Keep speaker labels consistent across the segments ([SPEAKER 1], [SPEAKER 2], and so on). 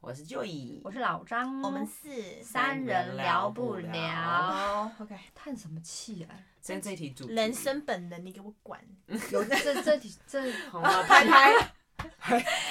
[SPEAKER 1] 我是 Joy，
[SPEAKER 2] 我是老张，
[SPEAKER 3] 我们是
[SPEAKER 2] 三人聊不
[SPEAKER 1] 三人
[SPEAKER 2] 聊，
[SPEAKER 1] 聊
[SPEAKER 3] OK，
[SPEAKER 2] 叹什么气 啊？
[SPEAKER 1] 今天这一题主题
[SPEAKER 3] 人生本能，你给我 管！
[SPEAKER 2] 有这这题这，
[SPEAKER 1] 红包 拍拍，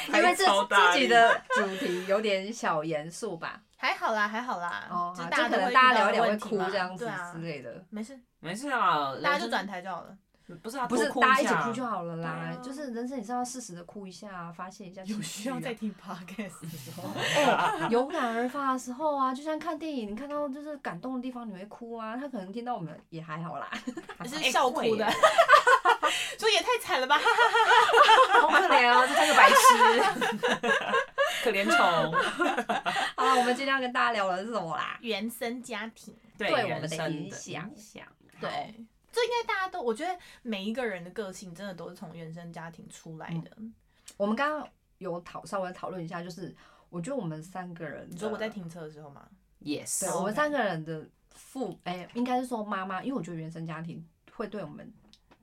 [SPEAKER 2] 因为
[SPEAKER 1] 拍
[SPEAKER 2] 这
[SPEAKER 1] 超大
[SPEAKER 2] 自己
[SPEAKER 1] 力
[SPEAKER 2] 的主题有点小严肃吧？
[SPEAKER 3] 还好啦，还好啦，
[SPEAKER 2] 哦，
[SPEAKER 3] 啊就
[SPEAKER 2] 好
[SPEAKER 3] 大家
[SPEAKER 2] 就可
[SPEAKER 3] 都
[SPEAKER 2] 能
[SPEAKER 3] 会
[SPEAKER 2] 大
[SPEAKER 3] 遇
[SPEAKER 2] 家
[SPEAKER 3] 到
[SPEAKER 2] 聊
[SPEAKER 3] 的
[SPEAKER 2] 一聊会
[SPEAKER 3] 问题
[SPEAKER 2] 哭
[SPEAKER 3] 嘛
[SPEAKER 2] 这样子
[SPEAKER 3] 对啊
[SPEAKER 2] 之，类的，
[SPEAKER 3] 没事，
[SPEAKER 1] 没事啦，
[SPEAKER 3] 大家
[SPEAKER 1] 人
[SPEAKER 3] 就
[SPEAKER 1] 生
[SPEAKER 3] 转台就好 了。
[SPEAKER 1] 不是啊，
[SPEAKER 2] 不是
[SPEAKER 1] 多哭一
[SPEAKER 2] 大家一起
[SPEAKER 1] 下
[SPEAKER 2] 哭就好了啦
[SPEAKER 3] 对啊。
[SPEAKER 2] 就是人生也是要适时的哭一下，发泄一下情绪啊。
[SPEAKER 3] 听 podcast 的时候，
[SPEAKER 2] 有感而发的时候啊，就像看电影，你看到就是感动的地方，你会哭啊。他可能听到我们也还 好啦，
[SPEAKER 3] 是笑哭的
[SPEAKER 1] 哎，
[SPEAKER 3] 说也太惨了吧！
[SPEAKER 2] 好可怜啊，这三个白痴。
[SPEAKER 1] 可怜虫，
[SPEAKER 2] 好了，我们今天要跟大家聊的是什么啦？
[SPEAKER 3] 原生家庭，
[SPEAKER 1] 对
[SPEAKER 2] 对我们
[SPEAKER 1] 人
[SPEAKER 2] 的
[SPEAKER 1] 生的
[SPEAKER 2] 影响
[SPEAKER 1] 响，好，
[SPEAKER 3] 对，这应该大家都，我觉得每一个人的个性真的都是从原生家庭出来的。
[SPEAKER 2] 嗯我们刚刚有讨稍微讨论一下，就是我觉得我们三个人，
[SPEAKER 3] 你说我在，停车的时候吗？
[SPEAKER 2] 对
[SPEAKER 1] yes，
[SPEAKER 2] 我们
[SPEAKER 3] OK
[SPEAKER 2] 三个人的父，哎、应该是说妈妈，因为我觉得原生家庭会对我们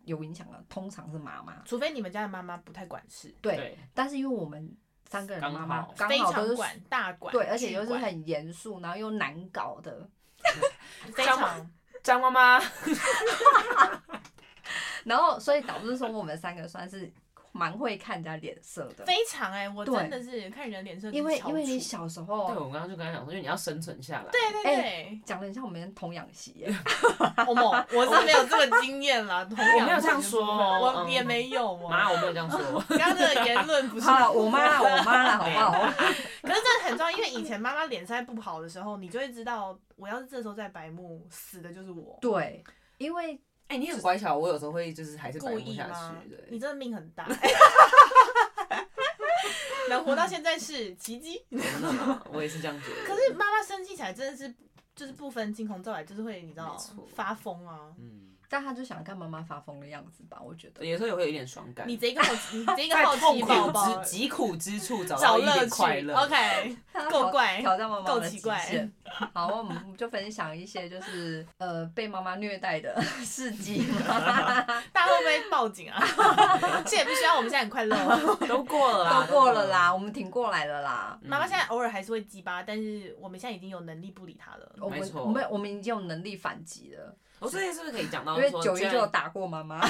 [SPEAKER 2] 有影响的，通常是妈妈。
[SPEAKER 3] 除非你们家的妈妈不太管事，
[SPEAKER 2] 对，
[SPEAKER 1] 对，
[SPEAKER 2] 但是因为我们三个人的妈妈刚
[SPEAKER 3] 非
[SPEAKER 2] 好都
[SPEAKER 3] 常
[SPEAKER 2] 是
[SPEAKER 3] 管大管，
[SPEAKER 2] 对，而且
[SPEAKER 3] 巨
[SPEAKER 2] 又是
[SPEAKER 3] 管
[SPEAKER 2] 很严肃，然后又难搞的，
[SPEAKER 3] 非常
[SPEAKER 1] 张妈妈，
[SPEAKER 2] 然后所以导致说我们三个算是蛮会看人家脸色的，
[SPEAKER 3] 非常哎、我
[SPEAKER 2] 对
[SPEAKER 3] 真的是看人脸色就是
[SPEAKER 2] 因为
[SPEAKER 3] 翘
[SPEAKER 2] 因为你
[SPEAKER 3] 楚
[SPEAKER 2] 小时
[SPEAKER 1] 对
[SPEAKER 2] 候
[SPEAKER 1] 我刚刚就跟他讲说，因为你要生存下来，
[SPEAKER 3] 对对
[SPEAKER 2] 哎
[SPEAKER 3] 对，
[SPEAKER 2] 讲的像我们童养媳耶，
[SPEAKER 3] 我某我是没有这个经验啦，同样
[SPEAKER 1] 我没有这样说哦
[SPEAKER 3] 我也没有哦。
[SPEAKER 1] 妈，我没有这样说，
[SPEAKER 3] 刚刚的言论不是
[SPEAKER 2] 好啦，我妈啦，我妈啦，好不好？
[SPEAKER 3] 可是真的很重要，因为以前妈妈脸色不好的时候，你就会知道，我要是这时候在白目，死的就是我，
[SPEAKER 2] 对，因为
[SPEAKER 1] 哎，你很乖巧，我有时候会就是还是摆
[SPEAKER 3] 故
[SPEAKER 1] 不
[SPEAKER 3] 意
[SPEAKER 1] 下
[SPEAKER 3] 吗
[SPEAKER 1] 去，？对
[SPEAKER 3] 你，真的命很大，能活到现在是奇迹。
[SPEAKER 1] 真的吗我也是这样觉得，
[SPEAKER 3] 可是妈妈生气起来真的是。就是不分青红皂白，就是会你知道
[SPEAKER 1] 没错
[SPEAKER 3] 发疯啊！
[SPEAKER 1] 嗯，
[SPEAKER 2] 但她就想看妈妈发疯的样子吧，我觉得。
[SPEAKER 1] 有时候也会有一点爽感，
[SPEAKER 3] 你这个好，你这个
[SPEAKER 1] 在
[SPEAKER 3] 好
[SPEAKER 1] 痛
[SPEAKER 3] 奇宝宝
[SPEAKER 1] 苦之疾苦之处找
[SPEAKER 3] 找
[SPEAKER 1] 到一点
[SPEAKER 3] 乐
[SPEAKER 1] 快
[SPEAKER 3] 趣
[SPEAKER 1] 乐。
[SPEAKER 3] ，OK，够怪
[SPEAKER 2] 挑战妈妈
[SPEAKER 3] 够
[SPEAKER 2] 的
[SPEAKER 3] 奇
[SPEAKER 2] 极
[SPEAKER 3] 怪
[SPEAKER 2] 限。好，我们就分享一些就是呃被妈妈虐待的事迹嘛，
[SPEAKER 3] 大家会不会报警 啊？这也不需要，我们现在很快乐。哦
[SPEAKER 1] 都过了啦，
[SPEAKER 2] 都过了啦，我们挺过来了啦。
[SPEAKER 1] 嗯。
[SPEAKER 3] 妈妈现在偶尔还是会鸡巴，但是我们现在已经有能力不理她了。
[SPEAKER 2] 我
[SPEAKER 1] 没
[SPEAKER 2] 们
[SPEAKER 1] 错
[SPEAKER 2] 我们我们已经有能力反击了，
[SPEAKER 1] 我最近是不哦是可以讲到
[SPEAKER 2] 因为
[SPEAKER 1] 说
[SPEAKER 2] 九一
[SPEAKER 1] 现
[SPEAKER 2] 就
[SPEAKER 1] 在
[SPEAKER 2] 有打过妈妈。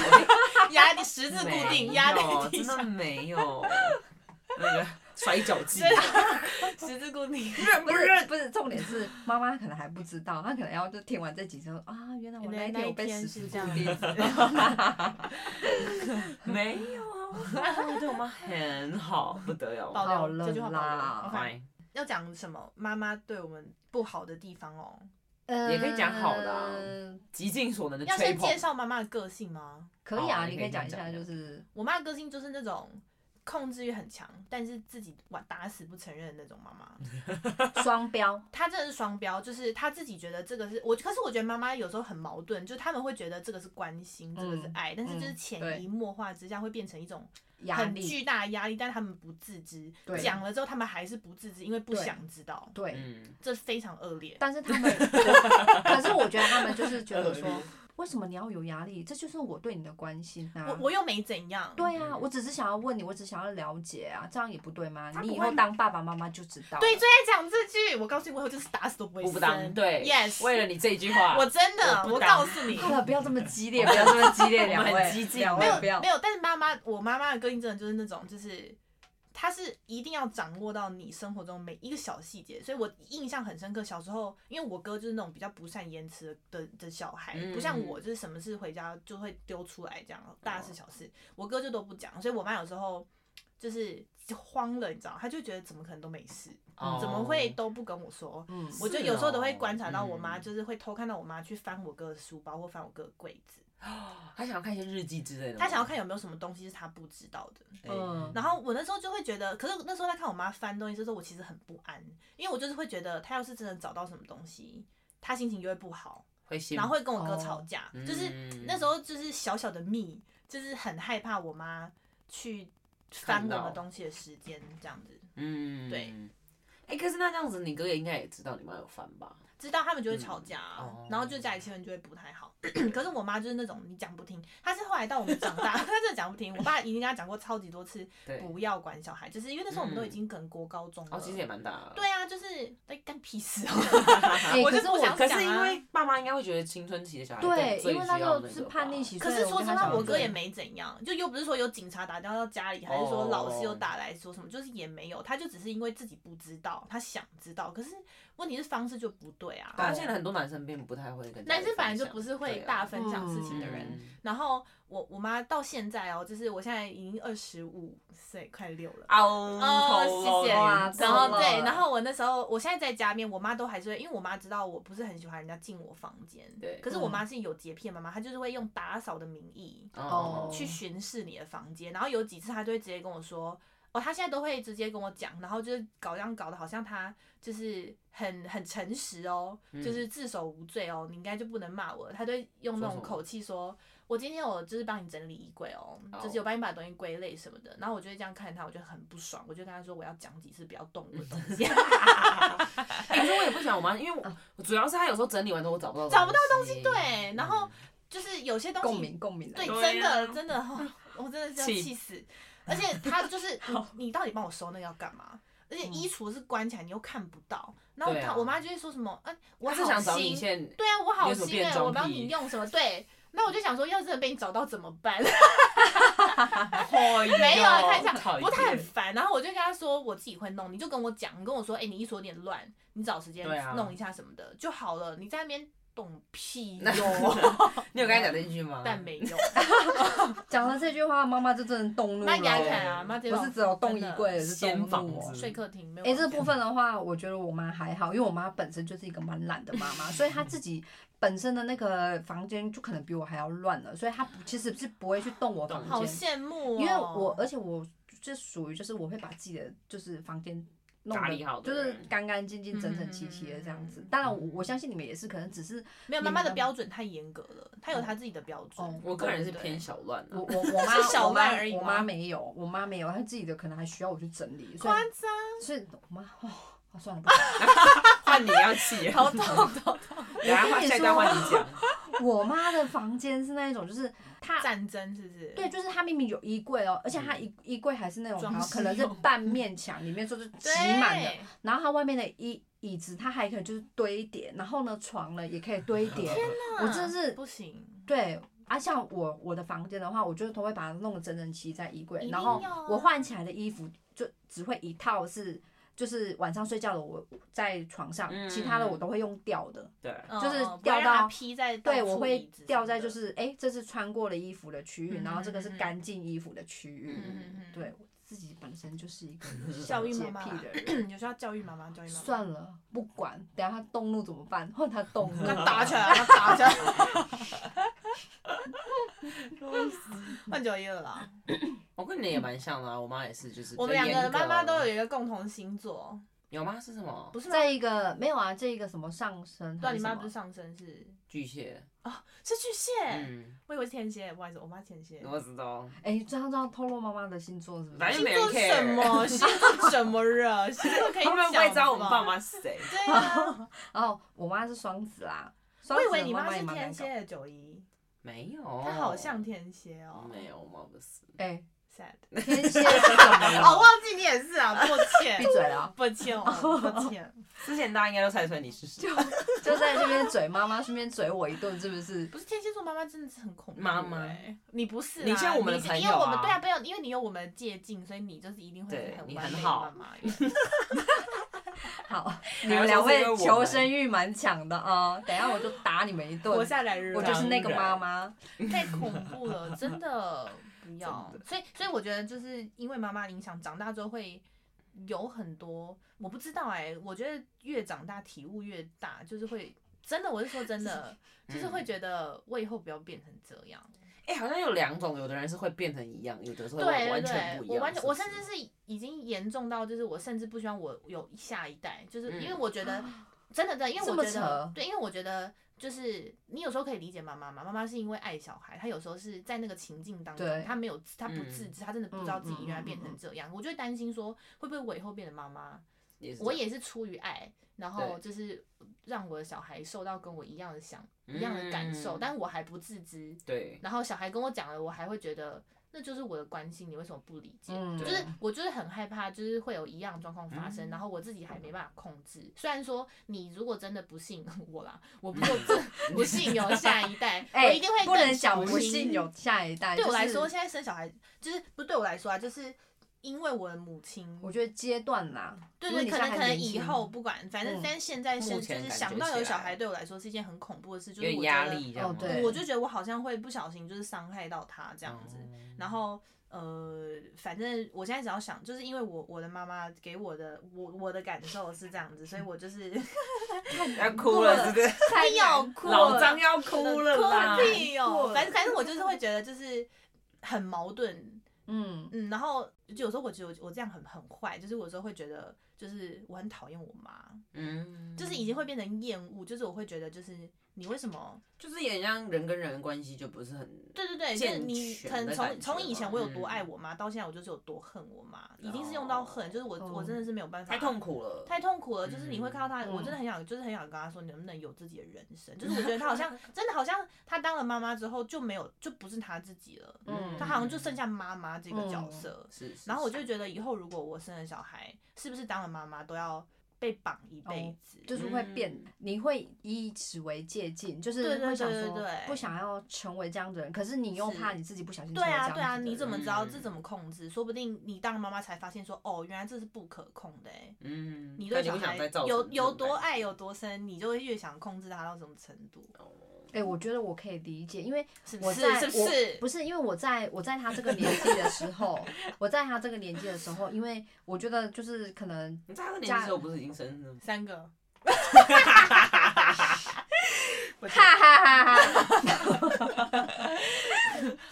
[SPEAKER 3] 压力十字固定，压
[SPEAKER 1] 没
[SPEAKER 3] 力
[SPEAKER 1] 有啊
[SPEAKER 3] 底
[SPEAKER 1] 真
[SPEAKER 3] 下
[SPEAKER 1] 的，没 有那个摔跤技，
[SPEAKER 3] 真的十字 固 定。
[SPEAKER 2] 不是不是，重点是妈妈可能还不知道，她可能要就听完这几声啊，原来我那一天我被死
[SPEAKER 3] 是
[SPEAKER 2] 死
[SPEAKER 3] 这
[SPEAKER 2] 固
[SPEAKER 3] 样
[SPEAKER 2] 定。
[SPEAKER 1] 没有啊，我妈对我妈很好，不得了。
[SPEAKER 3] 保
[SPEAKER 2] 好
[SPEAKER 3] 留
[SPEAKER 2] 了
[SPEAKER 3] 这句话保
[SPEAKER 2] 啦
[SPEAKER 3] 留。OK，
[SPEAKER 1] 乖
[SPEAKER 3] 要讲什么？妈妈对我们不好的地方哦。
[SPEAKER 1] 也可以讲好的啊
[SPEAKER 2] 呃
[SPEAKER 1] 极尽所能的
[SPEAKER 3] 要
[SPEAKER 1] 吹
[SPEAKER 3] 先
[SPEAKER 1] 捧
[SPEAKER 3] 介，绍妈妈的个性吗？
[SPEAKER 2] 可以啊，
[SPEAKER 1] 哦
[SPEAKER 2] 你
[SPEAKER 1] 你
[SPEAKER 2] 可
[SPEAKER 1] 可
[SPEAKER 2] 以
[SPEAKER 1] 以讲
[SPEAKER 2] 讲一下，
[SPEAKER 1] 讲
[SPEAKER 2] 就是
[SPEAKER 3] 我妈的个性就是那种控制欲很强，但是自己哇打死不承认的那种妈妈。
[SPEAKER 2] 双标，
[SPEAKER 3] 她真的是双标，就是她自己觉得这个是我，可是我觉得妈妈有时候很矛盾，就是他们会觉得这个是关心，这个
[SPEAKER 1] 嗯
[SPEAKER 3] 是爱，但是就是潜移默化之下会变成一种
[SPEAKER 2] 压
[SPEAKER 3] 很
[SPEAKER 2] 力，
[SPEAKER 3] 巨大的压力，但他们不自知
[SPEAKER 2] 对，
[SPEAKER 3] 讲了之后他们还是不自知，因为不想知道，
[SPEAKER 2] 对。
[SPEAKER 1] 嗯，
[SPEAKER 3] 这非常恶劣。
[SPEAKER 2] 但是他 们，可是我觉得他们就是觉得
[SPEAKER 1] 恶
[SPEAKER 2] 说
[SPEAKER 1] 劣，
[SPEAKER 2] 为什么你要有压力？这就是我对你的关心啊。
[SPEAKER 3] 我我又没怎样，
[SPEAKER 2] 对啊，
[SPEAKER 1] 嗯
[SPEAKER 2] 我只是想要问你，我只想要了解啊，这样也不对吗？
[SPEAKER 1] 他不
[SPEAKER 2] 你以
[SPEAKER 1] 会
[SPEAKER 2] 后当爸爸妈妈就知道了。
[SPEAKER 3] 对，就在讲这句，我告诉你，我以后就是打死都不会
[SPEAKER 1] 我不
[SPEAKER 3] 生
[SPEAKER 1] 当，。对
[SPEAKER 3] Yes
[SPEAKER 1] 为了你这一句话，
[SPEAKER 3] 我真的，
[SPEAKER 1] 我不
[SPEAKER 3] 我
[SPEAKER 1] 当
[SPEAKER 3] 告诉 你，
[SPEAKER 2] 好 了，不要这么激烈，不要这么激烈，
[SPEAKER 1] 我
[SPEAKER 2] 两
[SPEAKER 1] 们很
[SPEAKER 2] 位，
[SPEAKER 1] 激进
[SPEAKER 2] 两
[SPEAKER 1] 没
[SPEAKER 2] 位
[SPEAKER 1] 有
[SPEAKER 2] 不要
[SPEAKER 3] 没。有，但是妈妈，我妈妈的个性真的就是那种，就是她是一定要掌握到你生活中每一个小细节，所以我印象很深刻。小时候，因为我哥就是那种比较不善言辞的的的小孩，
[SPEAKER 1] 嗯
[SPEAKER 3] 不像我，就是什么事回家就会丢出来这样，大事小事，我哥就都不讲，所以我妈有时候。就是慌了，你知道，她就觉得怎么可能都没事，
[SPEAKER 1] 哦
[SPEAKER 3] 怎么会？都不跟我说？
[SPEAKER 2] 嗯，
[SPEAKER 3] 我就有时候都会
[SPEAKER 1] 哦
[SPEAKER 3] 观察到我妈，
[SPEAKER 1] 嗯
[SPEAKER 3] 就是会偷看到我妈去翻我哥的书包或翻我哥的柜子，
[SPEAKER 1] 他想要看一些日记之类的吗，
[SPEAKER 3] 她想要看有没有什么东西是她不知道的。
[SPEAKER 1] 嗯，
[SPEAKER 3] 然后我那时候就会觉得，可是那时候在看我妈翻东西的时候，我其实很不安，因为我就是会觉得，她要是真的找到什么东西，她心情就会不好，
[SPEAKER 1] 会心，
[SPEAKER 3] 然后会跟我哥吵架，就是
[SPEAKER 1] 哦嗯
[SPEAKER 3] 那时候就是小小的密，就是很害怕我妈去翻
[SPEAKER 1] 看
[SPEAKER 3] 我
[SPEAKER 1] 到
[SPEAKER 3] 们东西的时间这样子，
[SPEAKER 1] 嗯
[SPEAKER 3] 对。
[SPEAKER 1] 哎、可是那这样子，你哥也应该也知道你妈有翻吧？
[SPEAKER 3] 嗯知道他们就会吵架啊，
[SPEAKER 1] 嗯哦
[SPEAKER 3] 然后就家里气氛就会不太好。 可是我妈就是那种你讲不听，她是后来到我们长大， 她真的讲不听。我爸已经跟她讲过超级多次，
[SPEAKER 1] 对，
[SPEAKER 3] 不要管小孩，就是因为那时候我们都已经可能国高中了。
[SPEAKER 1] 哦，其实也蛮大了。
[SPEAKER 3] 对啊，就是在干屁事哦、
[SPEAKER 2] 哎
[SPEAKER 3] 我
[SPEAKER 2] 可
[SPEAKER 3] 就是不
[SPEAKER 2] 我
[SPEAKER 3] 想
[SPEAKER 1] 可
[SPEAKER 3] 讲
[SPEAKER 1] 是因
[SPEAKER 3] 啊
[SPEAKER 1] 为爸妈应该会觉得青春期的小孩
[SPEAKER 2] 对，
[SPEAKER 1] 最
[SPEAKER 2] 因为
[SPEAKER 1] 需
[SPEAKER 2] 那时
[SPEAKER 1] 要
[SPEAKER 2] 候
[SPEAKER 1] 个
[SPEAKER 2] 是
[SPEAKER 1] 吧
[SPEAKER 2] 叛逆期，
[SPEAKER 3] 可
[SPEAKER 2] 所
[SPEAKER 3] 是
[SPEAKER 2] 以我
[SPEAKER 3] 说
[SPEAKER 2] 跟
[SPEAKER 3] 真
[SPEAKER 2] 他
[SPEAKER 3] 的，
[SPEAKER 2] 讲
[SPEAKER 3] 我
[SPEAKER 2] 了
[SPEAKER 3] 哥也
[SPEAKER 2] 对
[SPEAKER 3] 没怎样，就又不是说有警察打电话到家里，还是说老师有打来说什么，就是也没有，他就只是因为自己不知道，他想知道，可是问题是方式就不对啊。
[SPEAKER 1] 对啊，现在很多男生并不太会跟家
[SPEAKER 3] 男
[SPEAKER 1] 里
[SPEAKER 3] 生本来就
[SPEAKER 1] 分享
[SPEAKER 3] 不是会
[SPEAKER 1] 对啊
[SPEAKER 3] 大分享事情的
[SPEAKER 2] 嗯
[SPEAKER 3] 人，
[SPEAKER 1] 嗯
[SPEAKER 3] 然后我我妈到现在哦，就是我现在已经二十五岁，快六了。
[SPEAKER 1] 哦啊
[SPEAKER 3] 哦谢谢
[SPEAKER 2] 哇
[SPEAKER 3] 然
[SPEAKER 2] 糟
[SPEAKER 3] 后
[SPEAKER 2] 了
[SPEAKER 3] 对，然后我那时候，我现在在家面，我妈都还是会，因为我妈知道我不是很喜欢人家进我房间。
[SPEAKER 1] 对
[SPEAKER 3] 可是我妈是有洁癖的妈妈，她就是会用打扫的名义
[SPEAKER 1] 哦
[SPEAKER 3] 去巡视你的房间，然后有几次她就会直接跟我说，哦，她现在都会直接跟我讲，然后就是搞这样搞的，好像她就是很很诚实哦，
[SPEAKER 1] 嗯
[SPEAKER 3] 就是自首无罪哦，你应该就不能骂我了。她就会用那
[SPEAKER 1] 说什
[SPEAKER 3] 种
[SPEAKER 1] 么
[SPEAKER 3] 口气说。我今天我就是帮你整理衣柜哦
[SPEAKER 1] 哦
[SPEAKER 3] 就是有帮你把东西归类什么的，然后我就会这样看她，我就很不爽，我就跟她说我要讲几次不要动我的东 西，
[SPEAKER 1] 哎，可是我也不喜欢我妈，因为我我主要是她有时候整理完之后我找不到
[SPEAKER 3] 嗯找不到
[SPEAKER 1] 东西，
[SPEAKER 3] 对，然后
[SPEAKER 1] 嗯
[SPEAKER 3] 就是有些东
[SPEAKER 2] 共
[SPEAKER 3] 西
[SPEAKER 2] 鸣共鸣来
[SPEAKER 3] 对，
[SPEAKER 1] 对
[SPEAKER 2] 了，
[SPEAKER 3] 真
[SPEAKER 1] 啊
[SPEAKER 3] 的真的， 哦我真的是要
[SPEAKER 1] 气
[SPEAKER 3] 气死。而且他就是你，你到底帮我收那个要干嘛？而且衣橱是关起来，你又看不到。然后
[SPEAKER 1] 嗯对
[SPEAKER 3] 他、
[SPEAKER 1] 啊
[SPEAKER 3] 我妈就会说什么，哎、我
[SPEAKER 1] 她是想找
[SPEAKER 3] 好
[SPEAKER 1] 你
[SPEAKER 3] 心，
[SPEAKER 1] 现
[SPEAKER 3] 对啊，我好
[SPEAKER 1] 有什么
[SPEAKER 3] 心
[SPEAKER 1] 变
[SPEAKER 3] 哎、
[SPEAKER 1] 装
[SPEAKER 3] 我帮
[SPEAKER 1] 癖
[SPEAKER 3] 你用什么？对，那我就想说，要真的被你找到怎么办？
[SPEAKER 1] 哎呦
[SPEAKER 3] 没有啊，看一下，
[SPEAKER 1] 讨
[SPEAKER 3] 不过他很
[SPEAKER 1] 厌
[SPEAKER 3] 烦。然后我就跟他说，我自己会弄，你就跟我讲，你跟我说，哎、你衣橱有点乱，你找时间
[SPEAKER 1] 对啊
[SPEAKER 3] 弄一下什么的、就好了。你在那边懂屁
[SPEAKER 1] 那
[SPEAKER 3] 哟，
[SPEAKER 1] 你有跟他讲这句吗？
[SPEAKER 3] 嗯但没 用，
[SPEAKER 2] 讲了这句话，妈妈就真的动怒
[SPEAKER 3] 那
[SPEAKER 2] 了，
[SPEAKER 3] 给他看啊，妈直接
[SPEAKER 2] 不
[SPEAKER 3] 把
[SPEAKER 2] 是
[SPEAKER 3] 我
[SPEAKER 2] 只有动
[SPEAKER 3] 真
[SPEAKER 2] 衣
[SPEAKER 3] 的
[SPEAKER 2] 柜，是
[SPEAKER 1] 先
[SPEAKER 2] 动
[SPEAKER 1] 房
[SPEAKER 2] 怒哦
[SPEAKER 1] 子
[SPEAKER 3] 睡客厅没有。啊
[SPEAKER 2] 哎、这部分的话，我觉得我妈还好，因为我妈本身就是一个蛮懒的妈妈，所以她自己本身的那个房间就可能比我还要乱了，所以她不其实是不会去动我
[SPEAKER 1] 懂
[SPEAKER 2] 房
[SPEAKER 3] 好
[SPEAKER 2] 间，
[SPEAKER 3] 羡慕、哦，
[SPEAKER 2] 因为我而且我就属于就是我会把自己的就是房间。弄
[SPEAKER 1] 打理好
[SPEAKER 2] 得
[SPEAKER 1] 的
[SPEAKER 2] 就是
[SPEAKER 1] 人
[SPEAKER 2] 干干净净、整整齐齐的这样子
[SPEAKER 3] 嗯。
[SPEAKER 2] 当然，我我相信你们也是，可能 只是
[SPEAKER 3] 没有
[SPEAKER 2] 你
[SPEAKER 3] 妈妈
[SPEAKER 2] 们
[SPEAKER 3] 的标准太严格了，她有她自己的标准。
[SPEAKER 2] 哦
[SPEAKER 1] 我个人是
[SPEAKER 3] 对
[SPEAKER 1] 偏小乱啊
[SPEAKER 2] 我
[SPEAKER 1] 的，
[SPEAKER 2] 我我妈
[SPEAKER 3] 是小
[SPEAKER 2] 我妈
[SPEAKER 3] 乱而已
[SPEAKER 2] 我
[SPEAKER 3] 吗
[SPEAKER 2] 妈没有，我妈没有，她自己的可能还需要我去整理。所
[SPEAKER 3] 夸
[SPEAKER 2] 以
[SPEAKER 3] 张，
[SPEAKER 2] 所以我妈哦，哦算了，不
[SPEAKER 1] 换你要气，
[SPEAKER 3] 头痛 头痛，
[SPEAKER 1] 等下换下一段换你讲，
[SPEAKER 2] 我妈的房间是那一种，就是她
[SPEAKER 3] 战争是不是？
[SPEAKER 2] 对，就是她明明有衣柜哦，而且她衣衣柜还是那种
[SPEAKER 3] 嗯装饰
[SPEAKER 2] 可能是
[SPEAKER 3] 用
[SPEAKER 2] 半面墙，里面就是挤
[SPEAKER 3] 对，
[SPEAKER 2] 满的，然后她外面的椅椅子，她还可以就是堆一点，然后呢床呢也可以堆一点，我真的是
[SPEAKER 3] 不行，
[SPEAKER 2] 对。啊，像我我的房间的话，我就都会把它弄得整整齐在衣
[SPEAKER 3] 一
[SPEAKER 2] 柜，
[SPEAKER 3] 定
[SPEAKER 2] 然后
[SPEAKER 3] 要啊
[SPEAKER 2] 我换起来的衣服就只会一套是，就是晚上睡觉的我在床上，
[SPEAKER 1] 嗯
[SPEAKER 2] 其他的我都会用掉的。
[SPEAKER 1] 对，
[SPEAKER 3] 嗯
[SPEAKER 2] 就是
[SPEAKER 3] 不然
[SPEAKER 2] 掉
[SPEAKER 3] 让她
[SPEAKER 2] 到
[SPEAKER 3] 披在到
[SPEAKER 2] 对，我
[SPEAKER 3] 处
[SPEAKER 2] 会
[SPEAKER 3] 椅子什
[SPEAKER 2] 掉
[SPEAKER 3] 么
[SPEAKER 2] 在
[SPEAKER 3] 的
[SPEAKER 2] 就是哎、诶这是穿过了衣服的区域，
[SPEAKER 3] 嗯
[SPEAKER 2] 然后这个是
[SPEAKER 3] 嗯嗯
[SPEAKER 2] 干净衣服的区域。
[SPEAKER 3] 嗯嗯嗯，
[SPEAKER 2] 对我自己本身就是一个
[SPEAKER 3] 教育
[SPEAKER 2] 洁
[SPEAKER 3] 妈妈
[SPEAKER 2] 癖
[SPEAKER 3] 啦，
[SPEAKER 2] 的 人，
[SPEAKER 3] 嗯有时候要教育妈妈，教育妈妈，
[SPEAKER 2] 算了，不管，等一下他动怒怎么办？换他动 怒，啊
[SPEAKER 3] 跟她打起来，啊跟她打起来， 换九一了啦。
[SPEAKER 1] 我哦跟你也蛮像的啊，我妈也是，就是
[SPEAKER 3] 嗯我们两
[SPEAKER 1] 比
[SPEAKER 3] 个
[SPEAKER 1] 较
[SPEAKER 3] 的
[SPEAKER 1] 严格
[SPEAKER 3] 妈妈都有一个共同星座，
[SPEAKER 1] 有吗？是什么？
[SPEAKER 3] 不是吗？
[SPEAKER 2] 在一个没有啊，这一个什么上升
[SPEAKER 3] 对啊，
[SPEAKER 2] 还
[SPEAKER 3] 你
[SPEAKER 2] 是什
[SPEAKER 3] 妈不是
[SPEAKER 2] 么？
[SPEAKER 3] 上升是
[SPEAKER 1] 巨蟹，
[SPEAKER 3] 是巨蟹，
[SPEAKER 1] 嗯，
[SPEAKER 3] 我以为是天蝎，不好意思，我妈天蝎。
[SPEAKER 1] 我知道，
[SPEAKER 2] 哎，这样这样透露妈妈的星座是不
[SPEAKER 1] 反
[SPEAKER 2] 是？
[SPEAKER 1] 正
[SPEAKER 3] 星
[SPEAKER 1] 哎没
[SPEAKER 3] 座
[SPEAKER 1] 人 care
[SPEAKER 3] 什 么？星座什么人？星座可以
[SPEAKER 1] 他
[SPEAKER 3] 讲
[SPEAKER 1] 们不会知道我们爸
[SPEAKER 3] 吧？
[SPEAKER 1] 妈是 谁。
[SPEAKER 3] 对 啊，
[SPEAKER 2] 然后哦我妈是双子啦，双
[SPEAKER 3] 我以
[SPEAKER 2] 子
[SPEAKER 3] 为
[SPEAKER 2] 的
[SPEAKER 3] 你
[SPEAKER 2] 妈
[SPEAKER 3] 妈
[SPEAKER 2] 妈也
[SPEAKER 3] 是
[SPEAKER 2] 蛮
[SPEAKER 3] 天
[SPEAKER 2] 难搞。
[SPEAKER 3] 蝎的九一，
[SPEAKER 1] 没有，
[SPEAKER 3] 她好像天蝎哦。
[SPEAKER 1] 没有，我妈不是。
[SPEAKER 2] 哎，
[SPEAKER 3] sad。
[SPEAKER 2] 天蝎是怎么
[SPEAKER 3] 哦，
[SPEAKER 2] 了？
[SPEAKER 3] 忘记你也是啊，抱
[SPEAKER 2] 闭
[SPEAKER 3] 歉，
[SPEAKER 2] 嘴了啊！
[SPEAKER 3] 抱歉哦，抱歉。
[SPEAKER 1] 之前大家应该都猜出来你是谁。
[SPEAKER 2] 就在这边嘴妈妈，顺便嘴我一顿，是不是？
[SPEAKER 3] 不是天蝎座妈妈真的是很恐怖、欸。
[SPEAKER 1] 妈妈，
[SPEAKER 3] 你不是啊，
[SPEAKER 1] 你像我们的
[SPEAKER 3] 你
[SPEAKER 1] 朋
[SPEAKER 3] 因
[SPEAKER 1] 友啊
[SPEAKER 3] 为我们对啊，不要，因为你有我们的借镜，所以你就是一定会
[SPEAKER 1] 对
[SPEAKER 3] 是
[SPEAKER 1] 你
[SPEAKER 3] 完
[SPEAKER 1] 很
[SPEAKER 3] 美的
[SPEAKER 1] 好
[SPEAKER 3] 妈妈。对
[SPEAKER 2] 好，你
[SPEAKER 1] 还
[SPEAKER 2] 们
[SPEAKER 1] 要
[SPEAKER 2] 两
[SPEAKER 1] 说是因
[SPEAKER 2] 位
[SPEAKER 1] 为我
[SPEAKER 2] 求
[SPEAKER 1] 们
[SPEAKER 2] 生欲蛮强的啊、等一下我就打你们一顿
[SPEAKER 3] 活。下来日，
[SPEAKER 2] 我就是那个
[SPEAKER 1] 当然
[SPEAKER 2] 妈妈，
[SPEAKER 3] 太恐怖了，真的不要
[SPEAKER 1] 真。的
[SPEAKER 3] 所以，所以我觉得就是因为妈妈的影响，长大之后会有很多我不知道哎、我觉得越长大体悟越大，就是会真的，我是说真 的，就是
[SPEAKER 1] 嗯
[SPEAKER 3] 会觉得我以后不要变成这样。
[SPEAKER 1] 哎、好像有两种，有的人是会变成一样，有的是会
[SPEAKER 3] 对对
[SPEAKER 1] 完全
[SPEAKER 3] 对
[SPEAKER 1] 不，一样。
[SPEAKER 3] 我完全，
[SPEAKER 1] 是不
[SPEAKER 3] 我
[SPEAKER 1] 是
[SPEAKER 3] 甚至是已经严重到，就是我甚至不希望我有下一代，就是因
[SPEAKER 1] 嗯
[SPEAKER 3] 为我觉得、真的真的，因为
[SPEAKER 2] 这
[SPEAKER 3] 我
[SPEAKER 2] 么
[SPEAKER 3] 觉
[SPEAKER 2] 扯
[SPEAKER 3] 得对，因为我觉得就是你有时候可以理解妈妈嘛，妈妈是因为爱小孩，她有时候是在那个情境当
[SPEAKER 2] 对
[SPEAKER 3] 中，她没有她不
[SPEAKER 1] 嗯
[SPEAKER 3] 自知，她真的不知道自己原来变成这样。我就会担心说，会不会我以后变成妈妈？
[SPEAKER 1] 也是这样
[SPEAKER 3] 我也是出于爱，然后
[SPEAKER 1] 对
[SPEAKER 3] 就是让我的小孩受到跟我一样的想一样的感受，
[SPEAKER 1] 嗯
[SPEAKER 3] 但我还不自知。
[SPEAKER 1] 对
[SPEAKER 3] 然后小孩跟我讲了，我还会觉得那就是我的关心，你为什么不理解？
[SPEAKER 2] 嗯
[SPEAKER 3] 就
[SPEAKER 1] 对
[SPEAKER 3] 是我就是很害怕，就是会有一样的状况发生，
[SPEAKER 1] 嗯
[SPEAKER 3] 然后我自己还没办法控制。虽然说你如果真的不信 我啦，我不就 真不信有下一代，
[SPEAKER 2] 哎
[SPEAKER 3] 我一定会
[SPEAKER 2] 不能
[SPEAKER 3] 更
[SPEAKER 2] 讲
[SPEAKER 3] 小
[SPEAKER 2] 不
[SPEAKER 3] 心。
[SPEAKER 2] 信有下一代。
[SPEAKER 3] 对
[SPEAKER 2] 就
[SPEAKER 3] 我来
[SPEAKER 2] 是
[SPEAKER 3] 说，现在生小孩就是不对我来说啊，就是因为我的母亲，
[SPEAKER 2] 我觉得阶段啦，
[SPEAKER 3] 对
[SPEAKER 2] 如果
[SPEAKER 3] 对，
[SPEAKER 2] 你
[SPEAKER 3] 可
[SPEAKER 2] 现
[SPEAKER 3] 能
[SPEAKER 2] 在
[SPEAKER 3] 可
[SPEAKER 2] 还
[SPEAKER 3] 能
[SPEAKER 2] 年
[SPEAKER 3] 以
[SPEAKER 2] 轻
[SPEAKER 3] 后不管，反正
[SPEAKER 2] 嗯
[SPEAKER 3] 但现在生
[SPEAKER 1] 目
[SPEAKER 3] 就
[SPEAKER 1] 前
[SPEAKER 3] 是
[SPEAKER 1] 感
[SPEAKER 3] 想
[SPEAKER 1] 觉
[SPEAKER 3] 到
[SPEAKER 1] 起
[SPEAKER 3] 有小
[SPEAKER 1] 来
[SPEAKER 3] 孩对我来说是一件很恐怖的事，就
[SPEAKER 1] 有
[SPEAKER 3] 是
[SPEAKER 1] 点
[SPEAKER 3] 我
[SPEAKER 1] 压
[SPEAKER 3] 觉得，
[SPEAKER 1] 力这样
[SPEAKER 2] 哦
[SPEAKER 1] 吗，
[SPEAKER 2] 对
[SPEAKER 3] 我就觉得我好像会不小心就是伤害到他这样子，
[SPEAKER 1] 嗯
[SPEAKER 3] 然后呃，反正我现在只要想，就是因为我我的妈妈给我的我我的感受是这样子，所以我就是
[SPEAKER 1] 要哭了，是不是？
[SPEAKER 2] 太
[SPEAKER 3] 要
[SPEAKER 2] 难
[SPEAKER 3] 哭
[SPEAKER 1] 老
[SPEAKER 3] 了
[SPEAKER 1] 张要哭了啦
[SPEAKER 3] 哭！屁
[SPEAKER 2] 哭
[SPEAKER 3] 哦，
[SPEAKER 2] 了
[SPEAKER 3] 反正反正我就是会觉得就是很矛盾，
[SPEAKER 2] 嗯，
[SPEAKER 3] 嗯，然后就有时候我觉得我这样很很坏，就是我有时候会觉得就是我很讨厌我妈，
[SPEAKER 1] 嗯，
[SPEAKER 3] 就是已经会变成厌恶，就是我会觉得就是你为什么？
[SPEAKER 1] 就是也像人跟人的关系就不是很
[SPEAKER 3] 对对对，就
[SPEAKER 1] 健
[SPEAKER 3] 是你
[SPEAKER 1] 全
[SPEAKER 3] 可能
[SPEAKER 1] 的
[SPEAKER 3] 从
[SPEAKER 1] 感觉
[SPEAKER 3] 从以前我有
[SPEAKER 1] 嘛
[SPEAKER 3] 多
[SPEAKER 1] 嗯
[SPEAKER 3] 爱我妈，到现在我就是有多恨我妈，已经是用到恨，就是我、我真的是没有办法，
[SPEAKER 1] 哦太痛苦了，
[SPEAKER 3] 太痛苦了，就是你会看到她，
[SPEAKER 2] 嗯
[SPEAKER 3] 我真的很想，就是很想跟她说，你能不能有自己的人生？就是我觉得她好 像真的好像她当了妈妈之后就没有，就不是她自己了，
[SPEAKER 2] 嗯
[SPEAKER 3] 她好像就剩下妈妈这个角
[SPEAKER 2] 嗯
[SPEAKER 3] 色。
[SPEAKER 1] 是。是
[SPEAKER 3] 然后我
[SPEAKER 1] 是
[SPEAKER 3] 就觉得以后如果我生了小孩，是不是当了妈妈都要被绑一
[SPEAKER 1] 哦
[SPEAKER 3] 辈子？
[SPEAKER 2] 就是会变
[SPEAKER 1] 嗯，
[SPEAKER 2] 你会以此为借鉴，就是
[SPEAKER 3] 对对
[SPEAKER 2] 会想
[SPEAKER 3] 对对
[SPEAKER 2] 说
[SPEAKER 3] 对
[SPEAKER 2] 不想要成为这样的人，可是你又
[SPEAKER 3] 是
[SPEAKER 2] 怕你自己不小心成
[SPEAKER 3] 对
[SPEAKER 2] 为这
[SPEAKER 3] 啊，
[SPEAKER 2] 样
[SPEAKER 3] 对啊，
[SPEAKER 2] 子的
[SPEAKER 3] 你怎
[SPEAKER 2] 人
[SPEAKER 3] 么知道
[SPEAKER 1] 嗯
[SPEAKER 3] 这怎么控制？说不定你当妈妈才发现说，哦，原来这是不可控的哎。
[SPEAKER 1] 嗯，
[SPEAKER 3] 你
[SPEAKER 1] 但
[SPEAKER 3] 对小
[SPEAKER 1] 不想
[SPEAKER 3] 孩
[SPEAKER 1] 再造
[SPEAKER 3] 有
[SPEAKER 1] 成这
[SPEAKER 3] 有
[SPEAKER 1] 种
[SPEAKER 3] 多
[SPEAKER 1] 感觉
[SPEAKER 3] 爱有多深，你就会越想控制他到什么程度，
[SPEAKER 1] 哦
[SPEAKER 2] 哎、我觉得我可以理解，因为
[SPEAKER 3] 是不
[SPEAKER 2] 我
[SPEAKER 3] 是？
[SPEAKER 2] 在
[SPEAKER 3] 是不
[SPEAKER 2] 我
[SPEAKER 3] 是？
[SPEAKER 2] 不是因为我在我在他这个年纪的时候，我在他这个年纪的时候，因为我觉得就是可能
[SPEAKER 1] 你在他的年
[SPEAKER 2] 家
[SPEAKER 1] 纪的时候不是已经生了吗？
[SPEAKER 3] 三个，
[SPEAKER 2] 哈哈哈哈，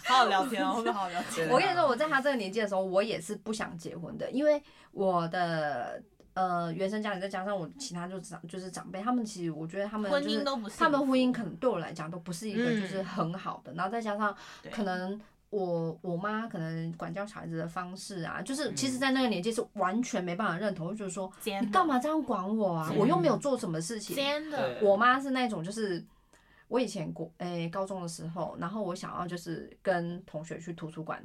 [SPEAKER 3] 好好聊天哦，会不会好好聊天？
[SPEAKER 1] 对啊
[SPEAKER 2] 我跟你说，我在他这个年纪的时候，我也是不想结婚的，因为我的呃原生家庭再加上我其他就是长就是长辈，他们其实我觉得他们
[SPEAKER 3] 婚
[SPEAKER 2] 就
[SPEAKER 3] 姻
[SPEAKER 2] 是
[SPEAKER 3] 都不是，
[SPEAKER 2] 他们婚姻可能对我来讲都不是一个
[SPEAKER 3] 嗯
[SPEAKER 2] 就是很好的，然后再加上
[SPEAKER 3] 对
[SPEAKER 2] 可能我我妈可能管教小孩子的方式啊，就是
[SPEAKER 1] 嗯
[SPEAKER 2] 其实，在那个年纪是完全没办法认同，就觉得说
[SPEAKER 3] 尖
[SPEAKER 2] 你干嘛这样管我啊？
[SPEAKER 1] 嗯
[SPEAKER 2] 我又没有做什么事情。
[SPEAKER 3] 尖的，
[SPEAKER 1] 对
[SPEAKER 2] 我妈是那种就是。我以前国诶、高中的时候，然后我想要就是跟同学去图书馆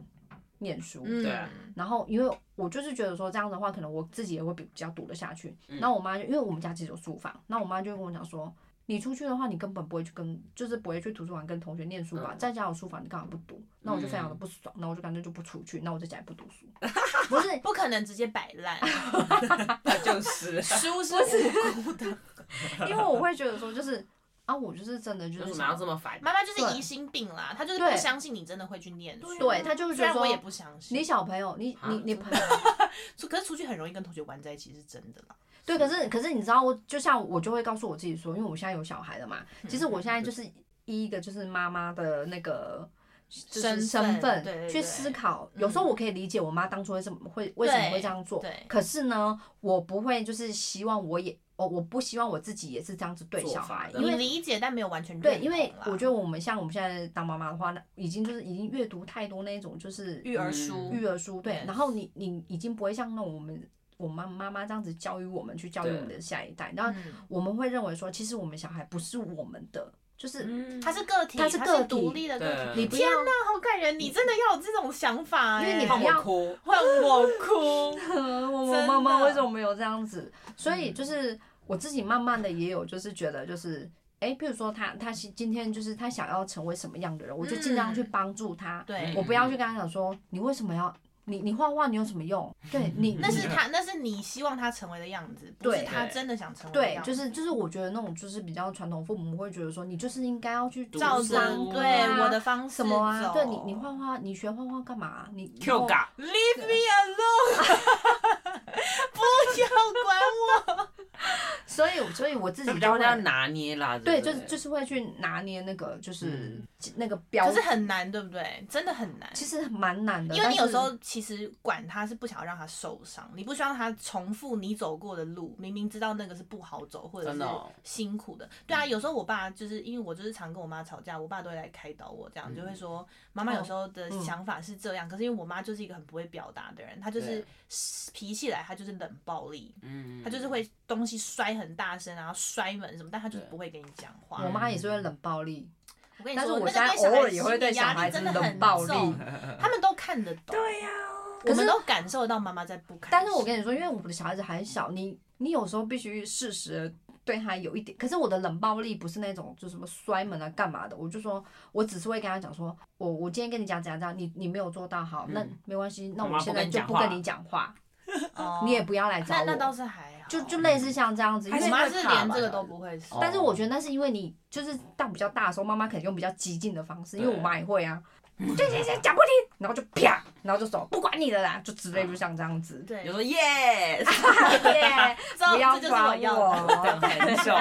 [SPEAKER 2] 念书，
[SPEAKER 1] 对啊
[SPEAKER 3] 嗯，
[SPEAKER 2] 然后因为我就是觉得说这样的话，可能我自己也会比比较读得下去。
[SPEAKER 1] 嗯
[SPEAKER 2] 那、我妈就因为我们家其实有书房，那我妈就跟我讲说，你出去的话，你根本不会去跟，就是不会去图书馆跟同学念书吧，
[SPEAKER 1] 嗯
[SPEAKER 2] 在家有书房，你干嘛不读？那我就非常的不爽，那、我就干脆就不出去，那我在家也不读书，不是。
[SPEAKER 3] 不可能直接摆 烂，
[SPEAKER 1] 那 就是
[SPEAKER 3] 书是 无辜的，
[SPEAKER 2] 因为我会觉得说，就是啊，我就是真的
[SPEAKER 1] 为
[SPEAKER 2] 就是
[SPEAKER 1] 什么
[SPEAKER 2] 想
[SPEAKER 1] 要这么烦？
[SPEAKER 3] 妈妈就是
[SPEAKER 2] 对
[SPEAKER 3] 疑心病啦，她就是
[SPEAKER 2] 对
[SPEAKER 3] 不相信你真的会去念书，
[SPEAKER 2] 对，她就会
[SPEAKER 3] 虽
[SPEAKER 2] 觉得
[SPEAKER 3] 然
[SPEAKER 2] 说
[SPEAKER 3] 我也不相信
[SPEAKER 2] 你。小朋友，你
[SPEAKER 1] 啊
[SPEAKER 2] 你你朋友，
[SPEAKER 3] 出可是出去很容易跟同学玩在一起是真的啦。
[SPEAKER 2] 对，可是可是你知道，我就像我就会告诉我自己说，因为我现在有小孩了嘛，
[SPEAKER 3] 嗯
[SPEAKER 2] 其实我现在就是依一个就是妈妈的那个。就是
[SPEAKER 3] 身份
[SPEAKER 2] 身份
[SPEAKER 3] 对对
[SPEAKER 2] 去
[SPEAKER 3] 对嗯
[SPEAKER 2] 思考，有时候我可以理解我妈当初为什么会为什么会这样做，
[SPEAKER 3] 对，
[SPEAKER 2] 可是呢，我不会就是希望我也哦我我不希望我自己也是这样子对
[SPEAKER 1] 做
[SPEAKER 2] 小
[SPEAKER 1] 法
[SPEAKER 2] 孩，
[SPEAKER 1] 的
[SPEAKER 2] 因
[SPEAKER 3] 你
[SPEAKER 2] 为
[SPEAKER 3] 理解但没有完全
[SPEAKER 2] 对，
[SPEAKER 3] 认
[SPEAKER 2] 因为
[SPEAKER 3] 同啦
[SPEAKER 2] 我觉得我们像我们现在当妈妈的话，那已经就是已经阅读太多那种就是
[SPEAKER 3] 育儿书，
[SPEAKER 2] 育儿书，对，
[SPEAKER 3] Yes
[SPEAKER 2] 然后你你已经不会像那种我们我妈妈妈这样子教育我们去教育
[SPEAKER 1] 对
[SPEAKER 2] 我们的下一代，然后
[SPEAKER 3] 嗯
[SPEAKER 2] 我们会认为说，其实我们小孩不是我们的，就是
[SPEAKER 1] 嗯
[SPEAKER 3] 它是个体，
[SPEAKER 2] 它
[SPEAKER 3] 它
[SPEAKER 2] 是
[SPEAKER 3] 是
[SPEAKER 2] 个体
[SPEAKER 3] 独立的个体。
[SPEAKER 1] 对
[SPEAKER 2] 你不要，
[SPEAKER 3] 啊，好感人！你真的要有这种想法哎、
[SPEAKER 2] 因为你
[SPEAKER 1] 看
[SPEAKER 2] 不要
[SPEAKER 1] 我哭，
[SPEAKER 3] 换我哭，
[SPEAKER 2] 我
[SPEAKER 3] 真
[SPEAKER 2] 我
[SPEAKER 3] 的
[SPEAKER 2] 妈妈为什么没有这样子？所以就是我自己慢慢的也有就是觉得就是。哎，譬如说他，他是今天就是他想要成为什么样的人，我就尽量去帮助他。
[SPEAKER 3] 嗯对，
[SPEAKER 2] 我不要去跟他讲说，你为什么要你你画画你有什么用？对你
[SPEAKER 3] 那是
[SPEAKER 2] 你
[SPEAKER 3] 他，那是你希望他成为的样子，不
[SPEAKER 2] 对
[SPEAKER 3] 是他真的想成为的
[SPEAKER 2] 对
[SPEAKER 3] 样，子。
[SPEAKER 2] 就是就是，我觉得那种就是比较传统父母会觉得说，你就是应该要去
[SPEAKER 1] 读
[SPEAKER 3] 照
[SPEAKER 1] 书
[SPEAKER 3] 着
[SPEAKER 1] 啊
[SPEAKER 2] 读
[SPEAKER 3] 对我
[SPEAKER 2] 啊
[SPEAKER 3] 的方式
[SPEAKER 2] 什么啊？
[SPEAKER 3] 走
[SPEAKER 2] 对你你画画，你学画画干嘛？啊你以
[SPEAKER 1] Q
[SPEAKER 2] 后
[SPEAKER 1] 嘎，
[SPEAKER 3] ，Leave me alone，不要管我。
[SPEAKER 2] 所以所以我自己
[SPEAKER 1] 就比
[SPEAKER 2] 就
[SPEAKER 1] 较
[SPEAKER 2] 会
[SPEAKER 1] 会这样拿捏啦。
[SPEAKER 2] 对，
[SPEAKER 1] 对不
[SPEAKER 2] 就
[SPEAKER 1] 对，
[SPEAKER 2] 是就是会去拿捏那个就是
[SPEAKER 1] 嗯
[SPEAKER 2] 那个标
[SPEAKER 3] 可是，很难，对不对？真的很难。
[SPEAKER 2] 其实蛮难的，
[SPEAKER 3] 因为你有
[SPEAKER 2] 但是
[SPEAKER 3] 时候其实管他是不想要让他受伤，你不希望他重复你走过的路，明明知道那个是不好走或者
[SPEAKER 1] 真
[SPEAKER 3] 是
[SPEAKER 1] 的哦
[SPEAKER 3] 辛苦的。对
[SPEAKER 2] 嗯
[SPEAKER 3] 啊，有时候我爸就是因为我就是常跟我妈吵架，我爸都会来开导我，这样就会说妈妈有时候的
[SPEAKER 2] 嗯
[SPEAKER 3] 想法是这样，可是因为我妈就是一个很不会表达的人，她就是脾气来她就是冷暴力，
[SPEAKER 1] 嗯，
[SPEAKER 3] 她就是会东西摔很大声，然后摔门什么，但她就是
[SPEAKER 1] 对
[SPEAKER 3] 不会跟你讲话。
[SPEAKER 2] 我妈也是会冷暴力，
[SPEAKER 3] 我跟你
[SPEAKER 2] 嗯但是
[SPEAKER 3] 说，
[SPEAKER 2] 我
[SPEAKER 3] 那
[SPEAKER 2] 现在
[SPEAKER 3] 个对小
[SPEAKER 2] 偶尔
[SPEAKER 3] 的
[SPEAKER 2] 也会
[SPEAKER 3] 心
[SPEAKER 2] 对
[SPEAKER 3] 理
[SPEAKER 2] 小
[SPEAKER 3] 压力
[SPEAKER 2] 孩子
[SPEAKER 3] 真的
[SPEAKER 2] 冷
[SPEAKER 3] 很
[SPEAKER 2] 暴 力
[SPEAKER 3] 重，他们都看得懂。
[SPEAKER 1] 对呀，
[SPEAKER 3] 我
[SPEAKER 2] 可
[SPEAKER 3] 们
[SPEAKER 2] 是
[SPEAKER 3] 都感受到妈妈在不开心。
[SPEAKER 2] 但是我跟你说，因为我们的小孩子还小，你你有时候必须适时地对他有一点。可是我的冷暴力不是那种就什么摔门啊干嘛的，我就说我只是会跟他讲说，我我今天跟你讲讲讲，你你没有做到好，那
[SPEAKER 1] 嗯
[SPEAKER 2] 没关系，那
[SPEAKER 1] 妈
[SPEAKER 2] 我
[SPEAKER 1] 妈
[SPEAKER 2] 现
[SPEAKER 1] 不
[SPEAKER 2] 在
[SPEAKER 1] 跟你
[SPEAKER 2] 就
[SPEAKER 1] 讲
[SPEAKER 2] 不
[SPEAKER 1] 话
[SPEAKER 2] 跟你讲话，
[SPEAKER 3] 哦
[SPEAKER 2] 你也不要来找
[SPEAKER 3] 那那倒
[SPEAKER 2] 我。
[SPEAKER 3] 是还好，
[SPEAKER 2] 就
[SPEAKER 1] 哦
[SPEAKER 2] 就类
[SPEAKER 1] 嗯
[SPEAKER 2] 似像这样子，因
[SPEAKER 1] 还
[SPEAKER 3] 我
[SPEAKER 2] 为
[SPEAKER 1] 是
[SPEAKER 3] 妈
[SPEAKER 1] 会
[SPEAKER 3] 是
[SPEAKER 1] 怕
[SPEAKER 3] 连
[SPEAKER 1] 吧
[SPEAKER 3] 这个
[SPEAKER 1] 小
[SPEAKER 3] 都
[SPEAKER 1] 孩
[SPEAKER 3] 不会说。，
[SPEAKER 1] 哦
[SPEAKER 2] 但是我觉得那是因为你就是到比较大的时候，妈妈可能用比较激进的方式，因为我
[SPEAKER 1] 对
[SPEAKER 2] 妈也会啊，对对对，讲不听，然后就啪，然后就走，不管你的啦，就之类就像这样子
[SPEAKER 3] 对
[SPEAKER 1] 有时，候 yes，
[SPEAKER 2] 耶，不
[SPEAKER 3] 这
[SPEAKER 2] 要
[SPEAKER 3] 这就是我
[SPEAKER 2] 管
[SPEAKER 3] 要的。
[SPEAKER 1] 等很久，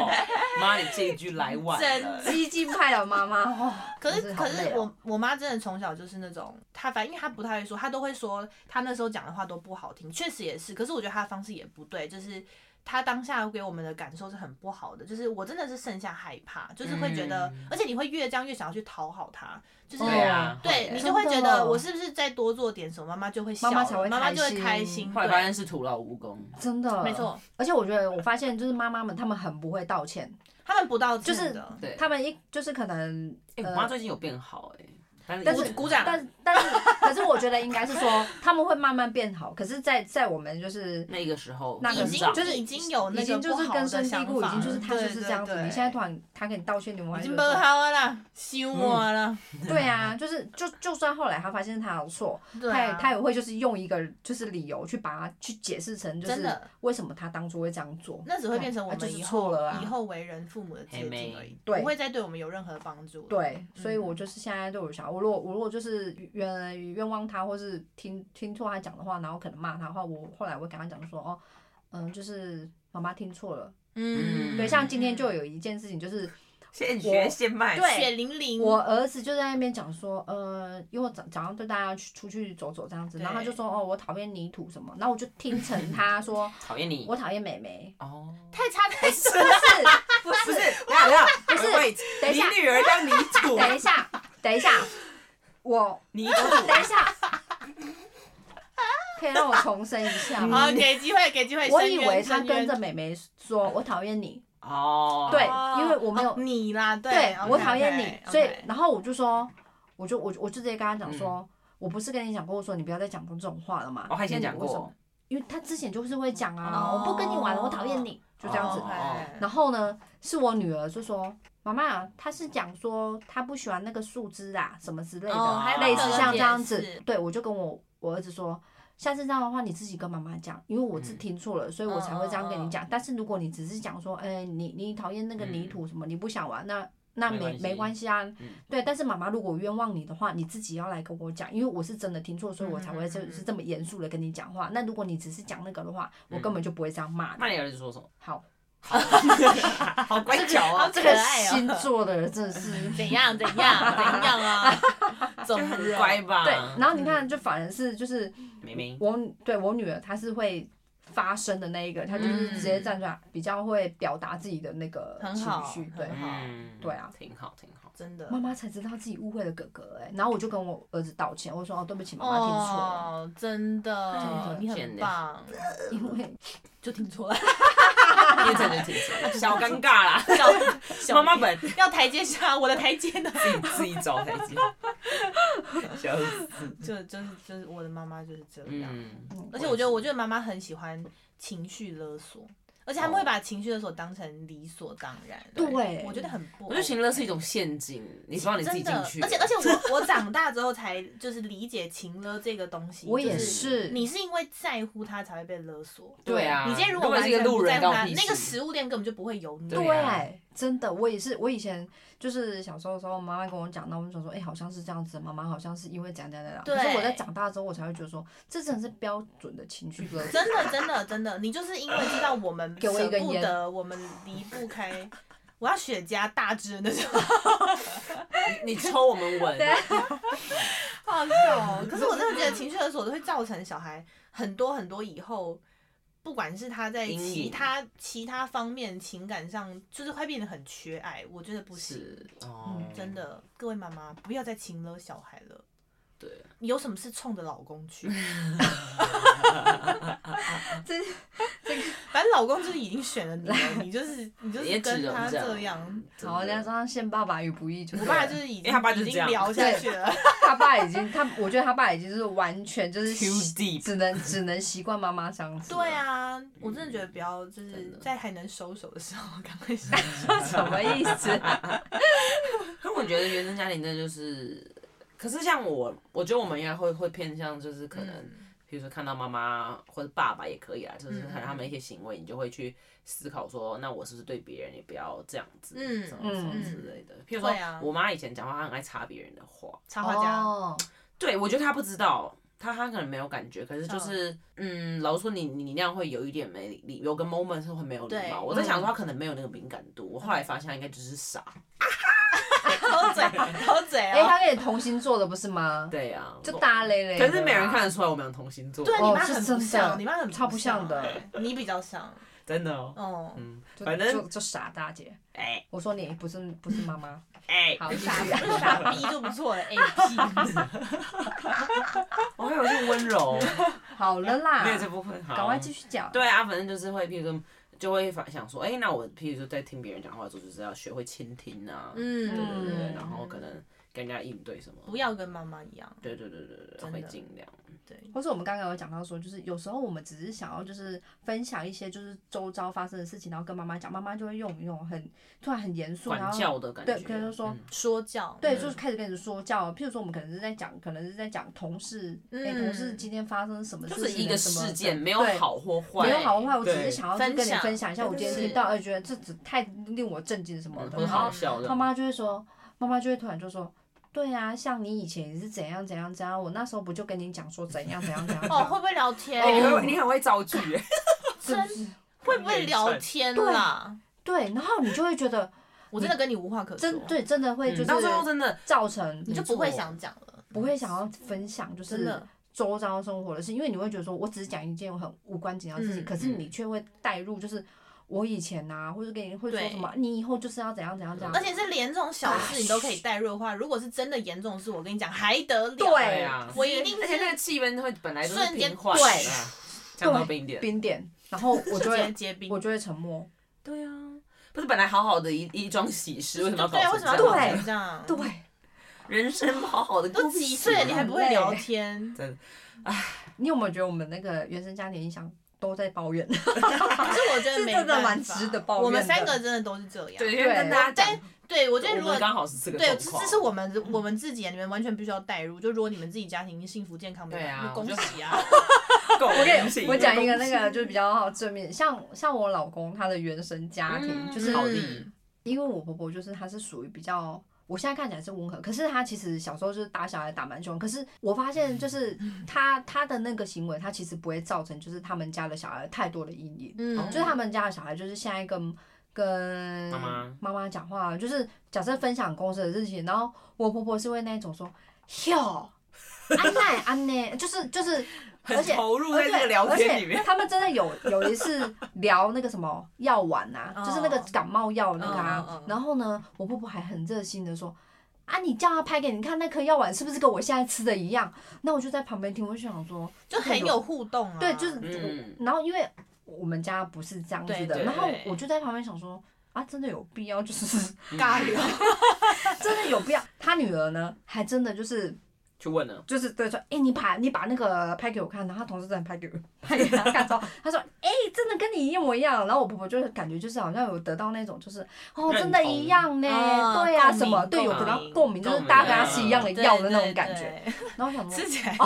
[SPEAKER 1] 妈，你这一句来晚了，
[SPEAKER 2] 激进派的妈妈哦，
[SPEAKER 3] 可
[SPEAKER 2] 真
[SPEAKER 3] 是
[SPEAKER 2] 好
[SPEAKER 3] 可
[SPEAKER 2] 累
[SPEAKER 3] 是
[SPEAKER 2] 哦
[SPEAKER 3] 我我妈真的从小就是那种，她反正因为她不太会说，她都会说她那时候讲的话都不好听，确实也是。可是我觉得她的方式也不对，就是她当下给我们的感受是很不好的，就是我真的是剩下害怕，就是会觉得，
[SPEAKER 1] 嗯
[SPEAKER 3] 而且你会越这样越想要去讨好她，就是。
[SPEAKER 1] 对啊，
[SPEAKER 3] 对
[SPEAKER 1] 会
[SPEAKER 3] 你
[SPEAKER 1] 欸
[SPEAKER 3] 就会觉
[SPEAKER 2] 真的
[SPEAKER 3] 得我是不是再多做点什么，妈妈就会笑
[SPEAKER 2] 妈
[SPEAKER 3] 了，
[SPEAKER 2] 妈才会
[SPEAKER 3] 妈妈就
[SPEAKER 2] 开
[SPEAKER 3] 会
[SPEAKER 2] 心嗯
[SPEAKER 3] 开心。
[SPEAKER 1] 后来发
[SPEAKER 3] 对，
[SPEAKER 1] 现是徒劳无功，
[SPEAKER 2] 真的
[SPEAKER 3] 没。错，
[SPEAKER 2] 而且我觉得我发现就是妈妈们，她们很不会道歉，
[SPEAKER 3] 他们不道歉
[SPEAKER 2] 就是
[SPEAKER 3] 的，
[SPEAKER 1] 对，
[SPEAKER 2] 她们一就是可能，
[SPEAKER 1] 哎，我妈最近有变好哎，但是
[SPEAKER 2] 但
[SPEAKER 1] 以
[SPEAKER 2] 是
[SPEAKER 1] 前
[SPEAKER 3] 鼓掌
[SPEAKER 2] 但但是可是我觉得应该是说他们会慢慢变好，可是在，在我们就是。
[SPEAKER 1] 那个时候
[SPEAKER 2] 那个
[SPEAKER 3] 已
[SPEAKER 1] 成
[SPEAKER 2] 时
[SPEAKER 3] 经
[SPEAKER 1] 长
[SPEAKER 2] 候
[SPEAKER 3] 就是已经有哦那
[SPEAKER 2] 已
[SPEAKER 3] 个
[SPEAKER 2] 经就是根深蒂固，已经就是
[SPEAKER 3] 他
[SPEAKER 2] 他就是这样子。你现在突然他跟你道歉，你完
[SPEAKER 3] 已经
[SPEAKER 2] 全
[SPEAKER 3] 不好了啦，
[SPEAKER 2] 嗯
[SPEAKER 3] 修我了，
[SPEAKER 2] 对啊，就是就就算后来他发现他有错，
[SPEAKER 3] 对
[SPEAKER 2] 他也
[SPEAKER 3] 啊，
[SPEAKER 2] 他也会就是用一个就是理由去把它去解释成就
[SPEAKER 3] 真
[SPEAKER 2] 是
[SPEAKER 3] 的
[SPEAKER 2] 为什么他当初会这样做。
[SPEAKER 3] 那只会变成我
[SPEAKER 2] 啊就
[SPEAKER 3] 们
[SPEAKER 2] 是
[SPEAKER 3] 以
[SPEAKER 2] 错
[SPEAKER 3] 后
[SPEAKER 2] 了啊
[SPEAKER 3] 以后为人父母的捷径而已，
[SPEAKER 2] 对
[SPEAKER 3] 不会再对我们有任何帮助了。
[SPEAKER 2] 对，所以
[SPEAKER 3] 嗯
[SPEAKER 2] 我就是现在对我小孩，我如果我如果就是冤冤枉他，或是听听错他讲的话，然后可能骂他的话，我后来我会跟他讲说，哦，嗯，就是妈妈听错了。
[SPEAKER 1] 嗯
[SPEAKER 2] 对，像今天就有一件事情，就是
[SPEAKER 1] 现
[SPEAKER 2] 我
[SPEAKER 1] 学现卖，
[SPEAKER 2] 对
[SPEAKER 3] 血淋淋，
[SPEAKER 2] 我儿子就在那边讲说，呃，因为我早早上带大家去出去走走这样子，然后他就
[SPEAKER 3] 对
[SPEAKER 2] 说，哦，我讨厌泥土什么，然后我就听成他说，
[SPEAKER 1] 讨厌你
[SPEAKER 2] 我讨厌美眉，
[SPEAKER 1] 哦，
[SPEAKER 3] 太差太
[SPEAKER 2] 不
[SPEAKER 3] 多，
[SPEAKER 2] 是，
[SPEAKER 1] 不是，等一下
[SPEAKER 2] 不
[SPEAKER 1] 等一
[SPEAKER 2] 是
[SPEAKER 1] 下，wait，
[SPEAKER 2] 等一下
[SPEAKER 1] 你女儿叫泥 土，
[SPEAKER 2] 等一下，等一下，我
[SPEAKER 1] 泥
[SPEAKER 2] 等一
[SPEAKER 1] 土，
[SPEAKER 2] 下，可以让我重申一下吗
[SPEAKER 3] 好，？给机会，给机会。
[SPEAKER 2] 我
[SPEAKER 3] 深
[SPEAKER 2] 以
[SPEAKER 3] 渊
[SPEAKER 2] 为他
[SPEAKER 3] 深
[SPEAKER 2] 跟
[SPEAKER 3] 渊
[SPEAKER 2] 着美美说“我讨厌你
[SPEAKER 1] 哦，
[SPEAKER 2] 对
[SPEAKER 3] 哦
[SPEAKER 2] 因为我没有
[SPEAKER 3] 哦你啦，”，
[SPEAKER 2] 对
[SPEAKER 3] ，OK，
[SPEAKER 2] 我讨厌你
[SPEAKER 3] OK，OK
[SPEAKER 2] 所以然后我就说，我就我就我就直接跟他讲说。我不是跟你讲过，说你不要再讲过这种话了嘛。
[SPEAKER 1] 我哦还以前
[SPEAKER 2] 那你
[SPEAKER 1] 讲
[SPEAKER 2] 为什么
[SPEAKER 1] 过，
[SPEAKER 2] 因为他之前就是会讲啊，
[SPEAKER 3] 哦
[SPEAKER 2] 我不跟你玩了，我讨厌你，就这样子。
[SPEAKER 1] 哦
[SPEAKER 2] 然后呢，是我女儿就说：“妈妈，她是讲说她不喜欢那个树枝啊，什么之类的，
[SPEAKER 3] 哦
[SPEAKER 1] 还有
[SPEAKER 2] 类
[SPEAKER 1] 那
[SPEAKER 2] 似
[SPEAKER 1] 个
[SPEAKER 2] 像这样
[SPEAKER 3] 解
[SPEAKER 2] 子
[SPEAKER 3] 释。”
[SPEAKER 2] 对，我就跟我我儿子说。下次这样的话，你自己跟妈妈讲，因为我是
[SPEAKER 1] 嗯
[SPEAKER 2] 听错了，所以我才会这样跟你讲。但是如果你只是讲说，哎、你你讨厌那个泥土什么，你不想玩，那那
[SPEAKER 1] 没关
[SPEAKER 2] 没
[SPEAKER 1] 系
[SPEAKER 2] 没关系啊，
[SPEAKER 1] 嗯
[SPEAKER 2] 对。但是妈妈如果冤枉你的话，你自己要来跟我讲，因为我是真的听错，所以我才会就
[SPEAKER 3] 嗯嗯嗯
[SPEAKER 2] 是这么严肃的跟你讲话。那如果你只是讲那个的话，我根本就不会这样骂你。
[SPEAKER 1] 那你儿子说什 么？
[SPEAKER 2] 好，
[SPEAKER 1] 好乖巧哦，
[SPEAKER 2] 这
[SPEAKER 3] 可
[SPEAKER 2] 个
[SPEAKER 3] 爱哦
[SPEAKER 2] 星座的人真的是
[SPEAKER 3] 怎样怎样怎样 啊，
[SPEAKER 1] 就
[SPEAKER 3] 总
[SPEAKER 1] 很乖吧？
[SPEAKER 2] 对，然后你看，就反而是就是
[SPEAKER 1] 明明
[SPEAKER 2] 我对我女儿，她是会发声的那一个，她就是直接站出来，比较会表达自己的那个
[SPEAKER 3] 嗯很
[SPEAKER 2] 情
[SPEAKER 3] 好
[SPEAKER 2] 绪。
[SPEAKER 3] 很
[SPEAKER 2] 对，
[SPEAKER 3] 好
[SPEAKER 2] 对啊
[SPEAKER 1] 嗯挺好，挺好。
[SPEAKER 3] 真的
[SPEAKER 2] 妈妈才知道自己误会了哥哥哎，然后我就跟我儿子道歉，我说哦对不起，妈妈听错了，
[SPEAKER 3] 哦，真的
[SPEAKER 2] 真的，
[SPEAKER 3] 你
[SPEAKER 1] 见
[SPEAKER 3] 很
[SPEAKER 1] 的
[SPEAKER 3] 棒，
[SPEAKER 2] 因
[SPEAKER 3] 哦
[SPEAKER 2] 为
[SPEAKER 3] 就听错了，
[SPEAKER 1] 因为真的挺错，小尴尬啦。
[SPEAKER 3] 小
[SPEAKER 1] 妈妈本
[SPEAKER 3] 要台阶下，我的台阶呢？
[SPEAKER 1] 自己自己找台阶，笑死。
[SPEAKER 3] 就就是就是我的妈妈就是这样，
[SPEAKER 1] 嗯，
[SPEAKER 2] 嗯
[SPEAKER 3] 而且我觉得我觉得妈妈很喜欢情绪勒索，而且他们会把情绪勒索当成理所当然，
[SPEAKER 2] 对
[SPEAKER 3] 我觉得很不
[SPEAKER 1] 我觉得情乐是一种陷阱，你不让你自己
[SPEAKER 3] 真
[SPEAKER 1] 进
[SPEAKER 3] 的
[SPEAKER 1] 去，，
[SPEAKER 3] 而且而且我 我长大之后才就是理解情勒这个东西，
[SPEAKER 2] 我也
[SPEAKER 3] 就是你是因为在乎他才会被勒索。
[SPEAKER 1] 对啊，
[SPEAKER 3] 你今天如果
[SPEAKER 1] 根
[SPEAKER 3] 完
[SPEAKER 1] 本是一
[SPEAKER 3] 全
[SPEAKER 1] 个路
[SPEAKER 3] 不在
[SPEAKER 1] 人，
[SPEAKER 3] 乎
[SPEAKER 1] 告
[SPEAKER 3] 他，
[SPEAKER 1] 屁
[SPEAKER 3] 那个
[SPEAKER 1] 事
[SPEAKER 3] 食物链根本就不会有你。
[SPEAKER 1] 对啊
[SPEAKER 2] 真的，我也是，我以前就是小时候的时候，妈妈跟我讲，那我就想说，哎、好像是这样子，妈妈好像是因为怎样怎样怎样。
[SPEAKER 3] 对
[SPEAKER 2] 可是我在长大之后，我才会觉得说，这真的是标准的 情绪勒索。
[SPEAKER 3] 真的真的真的，你就是因为知道我们
[SPEAKER 2] 给我一
[SPEAKER 3] 舍
[SPEAKER 2] 根
[SPEAKER 3] 不
[SPEAKER 2] 烟
[SPEAKER 3] 得，我们离不开。我要雪茄大支那 种，
[SPEAKER 1] 你你抽我们闻，
[SPEAKER 2] 对
[SPEAKER 3] 好笑哦。可是我真的觉得情绪勒索都会造成小孩很多很多以后，不管是他在
[SPEAKER 1] 阴
[SPEAKER 3] 其
[SPEAKER 1] 影
[SPEAKER 3] 他其他方面情感上，就是会变得很缺爱。我觉得不行，
[SPEAKER 1] 是哦，
[SPEAKER 3] 嗯真的，各位妈妈不要再情勒小孩了。
[SPEAKER 1] 对，
[SPEAKER 3] 你有什么事冲着老公 去，
[SPEAKER 2] 这
[SPEAKER 3] 反正老公就是已经选了你了，你就是你就
[SPEAKER 1] 也
[SPEAKER 3] 是
[SPEAKER 1] 只
[SPEAKER 3] 跟
[SPEAKER 1] 能
[SPEAKER 3] 他
[SPEAKER 1] 这样
[SPEAKER 3] 这样。
[SPEAKER 2] 好，
[SPEAKER 1] 真的
[SPEAKER 2] 加上陷爸爸于不义，就是
[SPEAKER 3] 我爸就是已
[SPEAKER 1] 因为
[SPEAKER 3] 经
[SPEAKER 1] 哎他爸就
[SPEAKER 3] 已
[SPEAKER 1] 是这
[SPEAKER 3] 经
[SPEAKER 1] 样
[SPEAKER 3] 聊下去了，
[SPEAKER 2] 他爸已经他，我觉得他爸已经是完全 就是
[SPEAKER 1] too
[SPEAKER 2] 习
[SPEAKER 1] deep，
[SPEAKER 2] 只能只能习惯妈妈这样 子。
[SPEAKER 3] 对，啊，我真的觉得不要，就
[SPEAKER 1] 真
[SPEAKER 3] 是
[SPEAKER 1] 的
[SPEAKER 3] 在还能收手的时候，赶快 收手。
[SPEAKER 2] 什么意思？
[SPEAKER 1] 可我觉得原生家庭真的就是，可是像我，我觉得我们应该会会偏向就是可能。比如说看到妈妈或者爸爸也可以啊，就是
[SPEAKER 3] 嗯
[SPEAKER 1] 看他们一些行为，你就会去思考说，那我是不是对别人也不要这样子，
[SPEAKER 3] 嗯
[SPEAKER 1] 什么什么
[SPEAKER 2] 嗯
[SPEAKER 1] 之类的。譬如说
[SPEAKER 3] 会啊，
[SPEAKER 1] 我妈以前讲话，她很爱插别人的话，
[SPEAKER 3] 插画家，
[SPEAKER 2] 哦
[SPEAKER 1] 对我觉得她不知道，她她可能没有感觉，可是就是，嗯，老实说你你你那样会有一点没礼，有个 moment 是会没有礼
[SPEAKER 3] 对
[SPEAKER 1] 貌。我在
[SPEAKER 2] 嗯
[SPEAKER 1] 想说她可能没有那个敏感度，我后来发现她应该就是傻。
[SPEAKER 3] 偷 嘴，偷嘴
[SPEAKER 2] 哎、
[SPEAKER 3] 啊！
[SPEAKER 2] 他跟你同星座的不是吗？
[SPEAKER 1] 对啊，
[SPEAKER 2] 嗯就大啊家累累。
[SPEAKER 1] 可是没有人看。得出来我们俩同星座，
[SPEAKER 3] 对，啊你
[SPEAKER 2] 哦
[SPEAKER 3] 妈
[SPEAKER 2] 是
[SPEAKER 3] 很
[SPEAKER 2] 真
[SPEAKER 3] 不
[SPEAKER 2] 的
[SPEAKER 3] 像，你妈很
[SPEAKER 2] 超不像的
[SPEAKER 3] 欸，你比较像。
[SPEAKER 1] 真的哦。
[SPEAKER 3] 哦，
[SPEAKER 1] 嗯，
[SPEAKER 2] 就
[SPEAKER 1] 反正
[SPEAKER 2] 就就傻大姐，
[SPEAKER 1] 哎
[SPEAKER 2] 我说你不是不是妈妈，
[SPEAKER 1] 哎，
[SPEAKER 2] 好继续
[SPEAKER 3] 傻，傻逼就不错了。A 哎 P，
[SPEAKER 1] 我还有是温 柔，
[SPEAKER 2] 好了啦
[SPEAKER 1] 没，有这部分，好
[SPEAKER 2] 赶快继续讲。
[SPEAKER 1] 对啊，反正就是会，譬如说，就会反想说，哎、那我譬如说在听别人讲话的时候，就是要学会倾听啊，
[SPEAKER 3] 嗯，
[SPEAKER 1] 对对对，
[SPEAKER 2] 嗯
[SPEAKER 1] 然后可能跟人家应对什么，
[SPEAKER 3] 不要跟妈妈一样，
[SPEAKER 1] 对对对对对，
[SPEAKER 3] 真的
[SPEAKER 1] 会尽量，
[SPEAKER 3] 对，
[SPEAKER 2] 或是我们刚刚有讲到说，就是有时候我们只是想要就是分享一些就是周遭发生的事情，然后跟妈妈讲，妈妈就会用一种很突然很严肃，然
[SPEAKER 1] 管
[SPEAKER 2] 后
[SPEAKER 1] 教的感觉，
[SPEAKER 2] 对跟他说
[SPEAKER 1] 嗯
[SPEAKER 3] 说教，
[SPEAKER 2] 对，就是开始跟你说教。譬如说，我们可能是在讲，可能是在讲同事，哎、
[SPEAKER 3] 嗯
[SPEAKER 2] 同事今天发生什么事
[SPEAKER 1] 就
[SPEAKER 2] 情，
[SPEAKER 1] 是一个
[SPEAKER 2] 什么
[SPEAKER 1] 事件，
[SPEAKER 2] 的
[SPEAKER 1] 没有
[SPEAKER 2] 对
[SPEAKER 1] 好或坏，
[SPEAKER 2] 没有好坏，我只是
[SPEAKER 1] 对
[SPEAKER 2] 想要跟你
[SPEAKER 3] 分享
[SPEAKER 2] 分享一下我今天
[SPEAKER 3] 对对
[SPEAKER 2] 听到，而觉得这只太令我震惊什么
[SPEAKER 1] 嗯
[SPEAKER 2] 的。
[SPEAKER 1] 很
[SPEAKER 2] 然后
[SPEAKER 1] 好笑的，
[SPEAKER 2] 他妈就会说，妈妈就会突然就说。对啊，像你以前也是怎样怎样怎样，我那时候不就跟你讲说怎样怎样怎样怎
[SPEAKER 3] 哦，
[SPEAKER 2] 样，
[SPEAKER 3] 会不会聊天？
[SPEAKER 1] 哎、
[SPEAKER 2] 哦
[SPEAKER 1] 你很你很会造句，
[SPEAKER 2] 是不是？
[SPEAKER 3] 会不会聊天啦？
[SPEAKER 2] 对，然后你就会觉得
[SPEAKER 3] 我真的跟你无话可说
[SPEAKER 2] 真，对，真的会就
[SPEAKER 1] 嗯到最后
[SPEAKER 2] 是
[SPEAKER 1] 真的
[SPEAKER 2] 造成
[SPEAKER 3] 你就不会想讲了，
[SPEAKER 2] 不会想要分享，就
[SPEAKER 3] 真
[SPEAKER 2] 是
[SPEAKER 3] 的。
[SPEAKER 2] 周遭生活的事，因为你会觉得说，我只是讲一件很无关紧要的事情，
[SPEAKER 3] 嗯
[SPEAKER 2] 可是你却会带入，就是我以前呐、或者给你会说
[SPEAKER 3] 对
[SPEAKER 2] 什么，你以后就是要怎样怎样怎样
[SPEAKER 3] 而。且是连这种小事你都可以带入的话，如果是真的严重的事，我跟你讲还得了？
[SPEAKER 2] 对
[SPEAKER 1] 对啊，
[SPEAKER 3] 我一定
[SPEAKER 1] 而且那个
[SPEAKER 3] 是
[SPEAKER 1] 气氛会本来就是
[SPEAKER 3] 瞬间
[SPEAKER 1] 平缓，
[SPEAKER 2] 对
[SPEAKER 1] 啊，讲到冰点，
[SPEAKER 2] 冰点，然 后我
[SPEAKER 3] 直
[SPEAKER 2] 就
[SPEAKER 3] 接
[SPEAKER 2] 会
[SPEAKER 3] 结冰
[SPEAKER 2] 我。就会沉默。
[SPEAKER 1] 对啊。不是本来好好的一一桩喜事，为什么要搞
[SPEAKER 3] 对，为
[SPEAKER 1] 成
[SPEAKER 3] 什
[SPEAKER 1] 这
[SPEAKER 3] 么要搞
[SPEAKER 1] 样？
[SPEAKER 2] 对
[SPEAKER 3] 成这样？
[SPEAKER 2] 对，，
[SPEAKER 1] 人生好好的，
[SPEAKER 3] 都几岁了，你还不会聊天？
[SPEAKER 2] 你有没有觉得我们那个原生家庭影响都在抱怨？
[SPEAKER 3] 可是我觉得
[SPEAKER 2] 这
[SPEAKER 3] 没
[SPEAKER 2] 真的
[SPEAKER 3] 办
[SPEAKER 2] 蛮
[SPEAKER 3] 法
[SPEAKER 2] 值得抱怨的
[SPEAKER 3] 我们三个真的都是这样。
[SPEAKER 1] 对，因为跟大家讲，
[SPEAKER 3] 对，我
[SPEAKER 1] 我
[SPEAKER 3] 觉得如果
[SPEAKER 1] 们刚好是这个
[SPEAKER 3] 对，
[SPEAKER 1] 状
[SPEAKER 3] 这
[SPEAKER 1] 况，
[SPEAKER 3] 这是我们
[SPEAKER 2] 嗯
[SPEAKER 3] 我们自己，你们完全必须要代入。就如果你们自己家庭幸福健康，
[SPEAKER 1] 对啊
[SPEAKER 3] 那恭
[SPEAKER 1] 我就
[SPEAKER 3] 喜啊！
[SPEAKER 1] 狗
[SPEAKER 2] 我给
[SPEAKER 1] 东西
[SPEAKER 2] 我讲一个那
[SPEAKER 1] 嗯
[SPEAKER 2] 个就是比较正面，像像我老公他的原生家庭，
[SPEAKER 1] 嗯
[SPEAKER 2] 就是
[SPEAKER 1] 好
[SPEAKER 3] 嗯
[SPEAKER 1] 例
[SPEAKER 2] 因为我婆婆就是她是属于比较，我现在看起来是温和，可是她其实小时候就是打小孩打蛮凶，可是我发现就是她她的那个行为，她其实不会造成就是他们家的小孩太多的阴影，
[SPEAKER 3] 嗯，
[SPEAKER 1] 哦
[SPEAKER 2] 就是他们家的小孩就是现在跟跟
[SPEAKER 1] 妈妈
[SPEAKER 2] 妈妈讲话，就是假设分享公司的事情，然后我婆婆是会那一种说哟。安奈安奈，就是就是，而
[SPEAKER 1] 很
[SPEAKER 2] 且
[SPEAKER 1] 投入
[SPEAKER 2] 而
[SPEAKER 1] 在这
[SPEAKER 2] 且
[SPEAKER 1] 个聊
[SPEAKER 2] 哦而
[SPEAKER 1] 天里
[SPEAKER 2] 且
[SPEAKER 1] 面，
[SPEAKER 2] 他们真 的有有一次聊那个什么药丸啊，
[SPEAKER 3] 哦
[SPEAKER 2] 就是那个感冒药那个
[SPEAKER 3] 嗯嗯
[SPEAKER 2] 啊
[SPEAKER 3] 嗯。
[SPEAKER 2] 然后呢，我婆婆还很热心的说。啊！你叫他拍给你看，那颗药丸是不是跟我现在吃的一样？那我就在旁边听，我就想说，
[SPEAKER 3] 就很有互动啊。
[SPEAKER 2] 对，就是
[SPEAKER 1] 嗯
[SPEAKER 2] 我。然后因为我们家不是这样子
[SPEAKER 3] 对
[SPEAKER 2] 的，
[SPEAKER 3] 对
[SPEAKER 2] 然后
[SPEAKER 3] 对
[SPEAKER 2] 我就在旁边想说，啊，真的有必要，就是
[SPEAKER 1] 嗯
[SPEAKER 3] 尬聊。
[SPEAKER 2] 真的有必要。他女儿呢，还真的就是
[SPEAKER 1] 去问了，
[SPEAKER 2] 就是对说，哎、你把你把那个拍给我看，然后他同事真的拍给我拍给他看之后，他说，哎、真的跟你一模一样。然后我婆婆就是感觉就是好像有得到那种就是哦，
[SPEAKER 1] 认
[SPEAKER 2] 真的一样呢，
[SPEAKER 3] 同
[SPEAKER 2] 大家什么
[SPEAKER 3] 啊共鸣
[SPEAKER 2] 对有
[SPEAKER 1] 啊共
[SPEAKER 2] 得到
[SPEAKER 3] 鸣
[SPEAKER 2] 共鸣，就是
[SPEAKER 1] 共鸣啊哦
[SPEAKER 2] 大家跟他吃一样的
[SPEAKER 3] 对
[SPEAKER 2] 药的那
[SPEAKER 3] 对
[SPEAKER 2] 种感
[SPEAKER 3] 对
[SPEAKER 2] 觉。哦然后我想说
[SPEAKER 3] 吃，起来，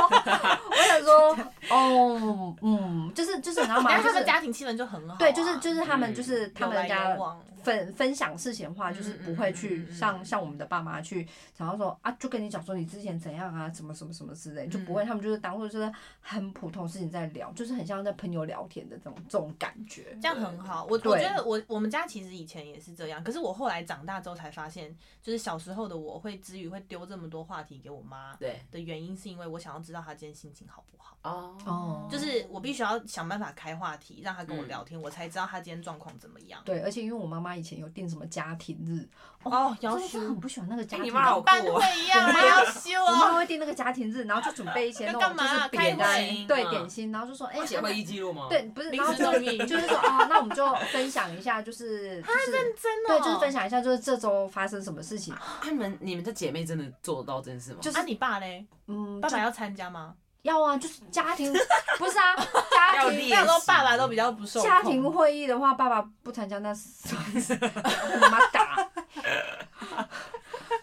[SPEAKER 2] 我想说，哦，嗯，就是就是你知道吗？
[SPEAKER 3] 但是他
[SPEAKER 2] 就是
[SPEAKER 3] 们家庭气氛就很好啊，
[SPEAKER 2] 对，就是就是他们
[SPEAKER 1] 嗯
[SPEAKER 2] 就是他
[SPEAKER 3] 有
[SPEAKER 2] 们
[SPEAKER 3] 来
[SPEAKER 2] 家
[SPEAKER 3] 有往
[SPEAKER 2] 分分享事情的话，就是
[SPEAKER 3] 嗯嗯
[SPEAKER 2] 不会
[SPEAKER 3] 嗯
[SPEAKER 2] 去
[SPEAKER 3] 嗯嗯
[SPEAKER 2] 像
[SPEAKER 3] 嗯
[SPEAKER 2] 像我们的爸妈去，然后说啊，就跟你讲说你之前怎样啊，什么什么什么之类，就不
[SPEAKER 3] 嗯
[SPEAKER 2] 会，他们就是当做就是很普通事情在聊，就是很像在朋友聊天的这种这种感觉。
[SPEAKER 3] 这样很好。我
[SPEAKER 2] 对
[SPEAKER 3] 我觉得我我们家其实以前也是这样，可是我后来长大之后才发现，就是小时候的我会之于会丢这么多话题给我妈
[SPEAKER 1] 对
[SPEAKER 3] 的原因，是因为我想要知道她今天心情好不好，
[SPEAKER 1] 哦
[SPEAKER 2] 哦
[SPEAKER 3] 就是我必须要想办法开话题，让她跟我
[SPEAKER 1] 嗯
[SPEAKER 3] 聊天，我才知道她今天状况怎么样。
[SPEAKER 2] 对，而且因为我妈妈以前有定什么家庭日，
[SPEAKER 3] 哦，
[SPEAKER 2] 真
[SPEAKER 3] 要
[SPEAKER 2] 的是
[SPEAKER 3] 修
[SPEAKER 2] 很，不喜欢那个家
[SPEAKER 1] 哎你
[SPEAKER 2] 庭日。
[SPEAKER 1] 妈好
[SPEAKER 2] 我
[SPEAKER 1] 酷
[SPEAKER 3] 班
[SPEAKER 1] 哦！
[SPEAKER 3] 会一样啊，要修
[SPEAKER 2] 妈
[SPEAKER 3] 哦。
[SPEAKER 2] 会定那个家庭日，然后就准备一些那
[SPEAKER 3] 要干
[SPEAKER 2] 种就
[SPEAKER 3] 嘛
[SPEAKER 2] 是
[SPEAKER 3] 啊开
[SPEAKER 2] 点单，
[SPEAKER 1] 会
[SPEAKER 2] 对
[SPEAKER 1] 嗯
[SPEAKER 2] 点心，然后就说哎
[SPEAKER 1] 会，写
[SPEAKER 2] 啊
[SPEAKER 1] 会议记录吗？
[SPEAKER 2] 对，，不是，
[SPEAKER 3] 临
[SPEAKER 2] 然后
[SPEAKER 3] 时
[SPEAKER 2] 就
[SPEAKER 3] 动议
[SPEAKER 2] 就是说哦，那我们就分享一下，就是就是
[SPEAKER 3] 真的
[SPEAKER 2] 对
[SPEAKER 3] 哦，，
[SPEAKER 2] 就是分享一下，就是这周发生什么事情。
[SPEAKER 1] 他们你们的姐妹真的做得到这件事吗？
[SPEAKER 2] 就是
[SPEAKER 3] 啊，你爸嘞？
[SPEAKER 2] 嗯，
[SPEAKER 3] 爸嗯
[SPEAKER 2] 就
[SPEAKER 3] 爸要参加吗？
[SPEAKER 2] 要啊，就是 家庭不是啊，家
[SPEAKER 1] 要
[SPEAKER 2] 庭
[SPEAKER 1] 练
[SPEAKER 3] 那时候爸爸都比较不受控
[SPEAKER 2] 家庭会议的话，爸爸不参加那算是 我妈打。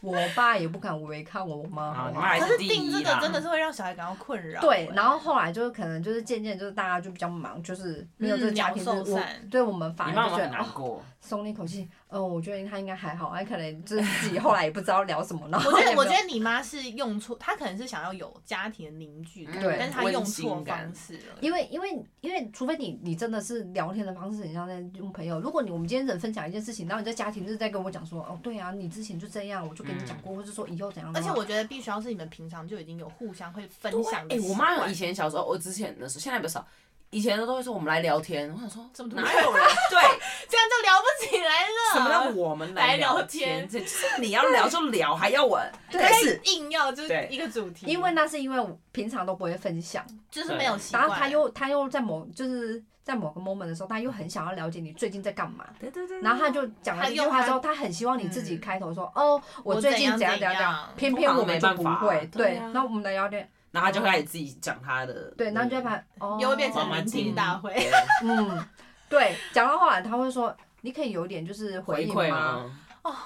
[SPEAKER 2] 我爸也不敢违抗我妈，
[SPEAKER 1] 啊
[SPEAKER 2] 好
[SPEAKER 1] 你
[SPEAKER 2] 不
[SPEAKER 1] 妈还
[SPEAKER 2] 好
[SPEAKER 3] 可是
[SPEAKER 1] 是第
[SPEAKER 3] 定这
[SPEAKER 1] 一
[SPEAKER 3] 个
[SPEAKER 1] 啦
[SPEAKER 3] 真的是会让小孩感到困扰。欸
[SPEAKER 2] 对，然后后来就是可能就是渐渐就是大家就比较忙，就是没有这个
[SPEAKER 3] 嗯
[SPEAKER 2] 家庭日，
[SPEAKER 3] 鸟兽
[SPEAKER 2] 我
[SPEAKER 3] 散
[SPEAKER 2] 对我们反
[SPEAKER 1] 你
[SPEAKER 2] 而
[SPEAKER 1] 妈
[SPEAKER 2] 就
[SPEAKER 1] 妈
[SPEAKER 2] 觉
[SPEAKER 1] 很
[SPEAKER 2] 得
[SPEAKER 1] 难
[SPEAKER 2] 哦
[SPEAKER 1] 过，
[SPEAKER 2] 松了一口气。嗯，我觉得他应该还好，他可能就是自己后来也不知道聊什么，然后
[SPEAKER 3] 我觉
[SPEAKER 2] 也
[SPEAKER 3] 得，
[SPEAKER 2] 没
[SPEAKER 3] 我
[SPEAKER 2] 有
[SPEAKER 3] 觉得你妈是用错，她可能是想要有家庭的凝聚感，
[SPEAKER 2] 对
[SPEAKER 3] 但是她
[SPEAKER 1] 温
[SPEAKER 3] 用
[SPEAKER 1] 馨
[SPEAKER 3] 错
[SPEAKER 1] 感
[SPEAKER 3] 方式了。
[SPEAKER 2] 因为因为因为，除非你你真的是聊天的方式很像在用朋友。如果你我们今天只分享一件事情，然后你在家庭日再跟我讲说，哦，对啊，你之前就这样，我就跟你讲过，或者说以后怎样
[SPEAKER 3] 嗯
[SPEAKER 2] 的
[SPEAKER 3] 而
[SPEAKER 2] 话。
[SPEAKER 3] 且我觉得必须要是你们平常就已经有互相会分享的
[SPEAKER 1] 哎、
[SPEAKER 3] 习惯。
[SPEAKER 1] 我妈以前小时候，我之前的时候，现在比较少。以前都会说我们来聊天，我想说
[SPEAKER 3] 这么突
[SPEAKER 1] 哪
[SPEAKER 3] 然
[SPEAKER 1] 有 人对
[SPEAKER 3] 这样就聊不起来了，
[SPEAKER 1] 什么叫我们
[SPEAKER 3] 来
[SPEAKER 1] 聊
[SPEAKER 3] 聊 天
[SPEAKER 1] 这就是你要聊就聊，还要我
[SPEAKER 2] 对
[SPEAKER 1] 开始
[SPEAKER 3] 硬要就
[SPEAKER 1] 对
[SPEAKER 3] 一个主题，
[SPEAKER 2] 因为那是因为我平常都不会分享，
[SPEAKER 3] 就是没有习
[SPEAKER 2] 然
[SPEAKER 3] 惯。
[SPEAKER 2] 后他又他又在某就是在某个 moment 的时候，他又很想要了解你最近在干嘛。
[SPEAKER 1] 对对对，
[SPEAKER 2] 然后他就讲了
[SPEAKER 3] 他
[SPEAKER 2] 这句
[SPEAKER 3] 用
[SPEAKER 2] 话
[SPEAKER 3] 他
[SPEAKER 2] 之后，他很希望你自己
[SPEAKER 3] 嗯
[SPEAKER 2] 开头说：“哦，我
[SPEAKER 3] 我
[SPEAKER 2] 最
[SPEAKER 3] 怎
[SPEAKER 2] 近
[SPEAKER 3] 样
[SPEAKER 2] 怎样
[SPEAKER 3] 怎
[SPEAKER 2] 怎样怎样
[SPEAKER 3] 样。”
[SPEAKER 2] 偏
[SPEAKER 1] 通
[SPEAKER 2] 偏
[SPEAKER 1] 常
[SPEAKER 2] 我
[SPEAKER 1] 没
[SPEAKER 2] 们就
[SPEAKER 1] 办
[SPEAKER 2] 不
[SPEAKER 1] 法
[SPEAKER 2] 会。
[SPEAKER 1] 对
[SPEAKER 2] 对
[SPEAKER 1] 啊，
[SPEAKER 2] 那我们的聊天，
[SPEAKER 1] 然后他就开始自己讲他的，嗯
[SPEAKER 2] 对，那就会把哦，
[SPEAKER 3] 又会变
[SPEAKER 1] 慢
[SPEAKER 3] 成
[SPEAKER 1] 慢
[SPEAKER 3] 明
[SPEAKER 1] 进
[SPEAKER 3] 星大会。
[SPEAKER 1] 哎
[SPEAKER 2] 嗯，对，讲到后来他会说，你可以有点就是
[SPEAKER 1] 回
[SPEAKER 2] 应
[SPEAKER 1] 馈
[SPEAKER 2] 吗？
[SPEAKER 1] 吗？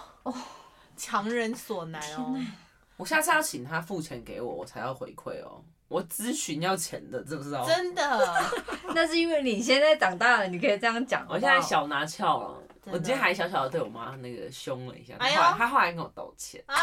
[SPEAKER 3] 强人所难哦。
[SPEAKER 1] 我下次要请他付钱给我，我才要回馈哦。我咨询要钱的，知不知道？
[SPEAKER 3] 真 的，
[SPEAKER 2] 那是因为你现在长大了，你可以这样讲。
[SPEAKER 1] 嗯我现在
[SPEAKER 2] 好不好，
[SPEAKER 1] 小拿翘了，
[SPEAKER 3] 真的
[SPEAKER 1] 我今天还小小的对我妈那个凶了一下，
[SPEAKER 3] 哎呦
[SPEAKER 1] 她后来她后来跟我道歉。
[SPEAKER 3] 哎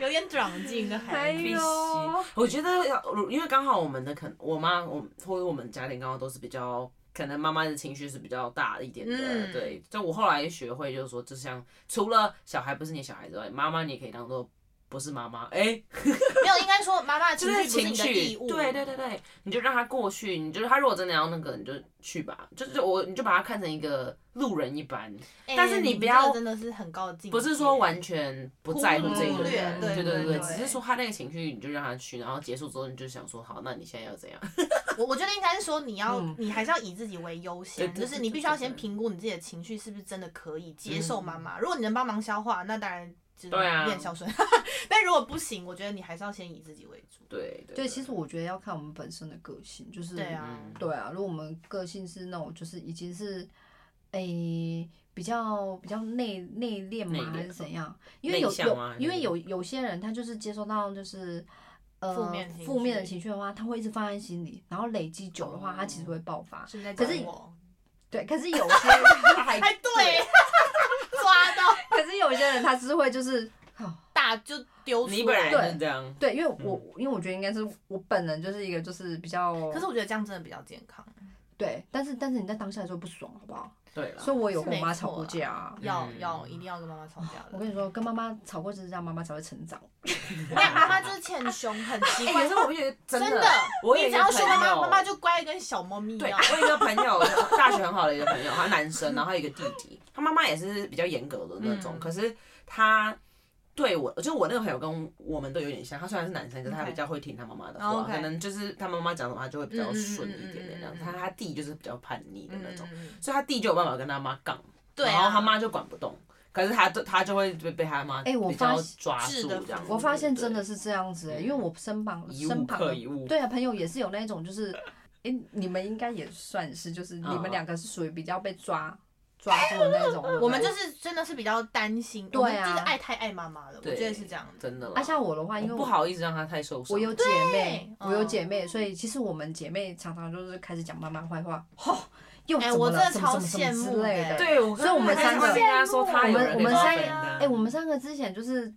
[SPEAKER 3] 呦，有点长进的
[SPEAKER 2] 哎
[SPEAKER 3] 孩子，
[SPEAKER 1] 必须
[SPEAKER 2] 呦，，
[SPEAKER 1] 我觉得要，因为刚好我们的可能，我妈我或者我们家庭刚好都是比较，可能妈妈的情绪是比较大一点的，
[SPEAKER 3] 嗯
[SPEAKER 1] 对。就我后来学会就是说，就像除了小孩不是你小孩之外，妈妈你也可以当做不是妈妈，哎、
[SPEAKER 3] 没有应该说妈妈的
[SPEAKER 1] 就
[SPEAKER 3] 情绪不是
[SPEAKER 1] 是情
[SPEAKER 3] 你的
[SPEAKER 1] 绪
[SPEAKER 3] 义，务，
[SPEAKER 1] 对对对对，你就让他过去，你就是他如果真的要那个，你就去吧，就是我你就把他看成一个路人一般，
[SPEAKER 3] 哎
[SPEAKER 1] 但是你
[SPEAKER 3] 你
[SPEAKER 1] 不要
[SPEAKER 3] 这个真的是很高的境界，
[SPEAKER 1] 不是说完全不在乎这个
[SPEAKER 2] 忽略
[SPEAKER 1] 人，
[SPEAKER 2] 对
[SPEAKER 1] 对对
[SPEAKER 2] 对
[SPEAKER 1] 对，
[SPEAKER 2] 对
[SPEAKER 1] 只是说他那个情绪你就让他去，然后结束之后你就想说，好，那你现在要怎样？
[SPEAKER 3] 我我觉得应该是说你要，
[SPEAKER 2] 嗯
[SPEAKER 3] 你还是要以自己为优先，
[SPEAKER 1] 对对嗯
[SPEAKER 3] 就是你必须要先评估你自己的情绪是不是真的可以接受妈妈。如果你能帮忙消化，那当然就是
[SPEAKER 1] 对啊
[SPEAKER 3] 你很孝顺。 但如果不行，我觉得你还是要先以自己为主。
[SPEAKER 1] 对对
[SPEAKER 2] 对，其实我觉得要看我们本身的个性，就是
[SPEAKER 3] 对啊，
[SPEAKER 1] 嗯
[SPEAKER 2] 对啊，如果我们个性是那种就是已经是，诶、比较比较内内敛
[SPEAKER 1] 内
[SPEAKER 2] 嘛，还
[SPEAKER 1] 敛
[SPEAKER 2] 是怎样？因为有
[SPEAKER 1] 内向吗
[SPEAKER 2] 有
[SPEAKER 1] 还是
[SPEAKER 2] 因为有有些人他就是接收到就是。呃，
[SPEAKER 3] 负面情
[SPEAKER 2] 负面的
[SPEAKER 3] 绪
[SPEAKER 2] 情绪的话，他会一直放在心里，然后累积久的话，他其
[SPEAKER 1] 哦
[SPEAKER 2] 实会爆发。
[SPEAKER 3] 是不是在
[SPEAKER 2] 可是
[SPEAKER 3] 讲我？
[SPEAKER 2] 对，可是有些 人
[SPEAKER 3] 哎，
[SPEAKER 2] 还
[SPEAKER 3] 对， 抓到
[SPEAKER 2] 可是有些人他是会就是，哦
[SPEAKER 3] 大就丢
[SPEAKER 1] 你
[SPEAKER 3] 出
[SPEAKER 1] 本
[SPEAKER 3] 来。
[SPEAKER 1] 来就是
[SPEAKER 2] 对
[SPEAKER 1] 这样，
[SPEAKER 2] 对，因为我、
[SPEAKER 1] 嗯
[SPEAKER 2] 因为我觉得应该是我本人就是一个就是比较，
[SPEAKER 3] 可是我觉得这样真的比较健康，
[SPEAKER 2] 对，但是但是你在当下就会不爽，好不好？
[SPEAKER 1] 对了，
[SPEAKER 2] 所以我有
[SPEAKER 3] 是
[SPEAKER 2] 跟我
[SPEAKER 3] 啊没
[SPEAKER 2] 妈吵
[SPEAKER 3] 错啊
[SPEAKER 2] 过
[SPEAKER 3] 啦
[SPEAKER 2] 架啊。
[SPEAKER 3] 要
[SPEAKER 1] 嗯
[SPEAKER 3] 要一定要跟妈妈吵架
[SPEAKER 2] 我
[SPEAKER 3] 了。
[SPEAKER 2] 跟你说，跟妈妈吵过就是这样，妈妈才会成长。
[SPEAKER 3] 我跟你讲妈妈就是欠凶， 很奇
[SPEAKER 1] 哎，
[SPEAKER 3] 怪
[SPEAKER 1] 可，是我觉得真
[SPEAKER 3] 真
[SPEAKER 1] 的
[SPEAKER 3] 的，
[SPEAKER 1] 我有
[SPEAKER 3] 你
[SPEAKER 1] 一
[SPEAKER 3] 只
[SPEAKER 1] 个
[SPEAKER 3] 要凶妈
[SPEAKER 1] 朋
[SPEAKER 3] 妈，
[SPEAKER 1] 友
[SPEAKER 3] 妈妈就乖得跟小猫咪一
[SPEAKER 1] 对，
[SPEAKER 3] 样。
[SPEAKER 1] 我有一个朋友， 大学很好的一个朋友，他男生，然后他有一个弟弟，他妈妈也是比较严格的那种，
[SPEAKER 3] 嗯
[SPEAKER 1] 可是他对我，就我那个朋友跟我们都有点像，他虽然是男生，可是他
[SPEAKER 3] OK
[SPEAKER 1] 比较会听他妈妈的
[SPEAKER 3] 哦
[SPEAKER 1] 话，
[SPEAKER 3] ，OK
[SPEAKER 1] 可能就是他妈妈讲什么，他就会比较顺一点点这
[SPEAKER 3] 嗯
[SPEAKER 1] 样
[SPEAKER 3] 嗯嗯嗯嗯嗯
[SPEAKER 1] 子。他他弟就是比较叛逆的
[SPEAKER 3] 嗯
[SPEAKER 1] 那种，
[SPEAKER 3] 嗯嗯
[SPEAKER 1] 所以他弟就有办法跟他妈杠，
[SPEAKER 3] 对啊
[SPEAKER 1] 然后他妈就管不动，可是他就他就会被被他妈
[SPEAKER 2] 哎我
[SPEAKER 1] 比较
[SPEAKER 2] 发
[SPEAKER 1] 抓
[SPEAKER 3] 是
[SPEAKER 1] 住
[SPEAKER 3] 的
[SPEAKER 1] 这样子。
[SPEAKER 2] 我发现真的
[SPEAKER 1] 是
[SPEAKER 2] 是这样子、欸，
[SPEAKER 1] 嗯
[SPEAKER 2] 因为我身旁
[SPEAKER 1] 一
[SPEAKER 2] 身
[SPEAKER 1] 物
[SPEAKER 2] 旁
[SPEAKER 1] 克
[SPEAKER 2] 的
[SPEAKER 1] 一物，
[SPEAKER 2] 对啊朋友也是有那
[SPEAKER 1] 啊
[SPEAKER 2] 种就是，哎、你们应该也算是，就是你们两个是属于比较被抓抓住的那种。对不对
[SPEAKER 3] 我们就是真的是比较担心，
[SPEAKER 2] 对啊
[SPEAKER 3] 我们就是爱太爱妈妈了，我
[SPEAKER 1] 对
[SPEAKER 3] 觉得是这样的。
[SPEAKER 1] 真的啦。
[SPEAKER 2] 啊，像我的话，因为
[SPEAKER 1] 我
[SPEAKER 2] 我
[SPEAKER 1] 不好意思让她太受伤。
[SPEAKER 2] 我有姐妹，
[SPEAKER 3] 对
[SPEAKER 2] 我有
[SPEAKER 3] 嗯
[SPEAKER 2] 姐妹，所以其实我们姐妹常常就是开始讲妈妈坏话，吼、又
[SPEAKER 3] 哎
[SPEAKER 2] 怎么
[SPEAKER 3] 我
[SPEAKER 2] 了，
[SPEAKER 3] 真的
[SPEAKER 2] 怎么
[SPEAKER 3] 超
[SPEAKER 2] 怎么怎么
[SPEAKER 3] 羡
[SPEAKER 2] 之
[SPEAKER 3] 慕欸
[SPEAKER 2] 类
[SPEAKER 3] 的
[SPEAKER 2] 的。
[SPEAKER 1] 对，啊我
[SPEAKER 2] 所以我们三个
[SPEAKER 1] 跟她说她有人
[SPEAKER 2] 我们我们
[SPEAKER 1] 可以帮
[SPEAKER 2] 三
[SPEAKER 1] 她分担
[SPEAKER 2] 哎、我们三个之前就是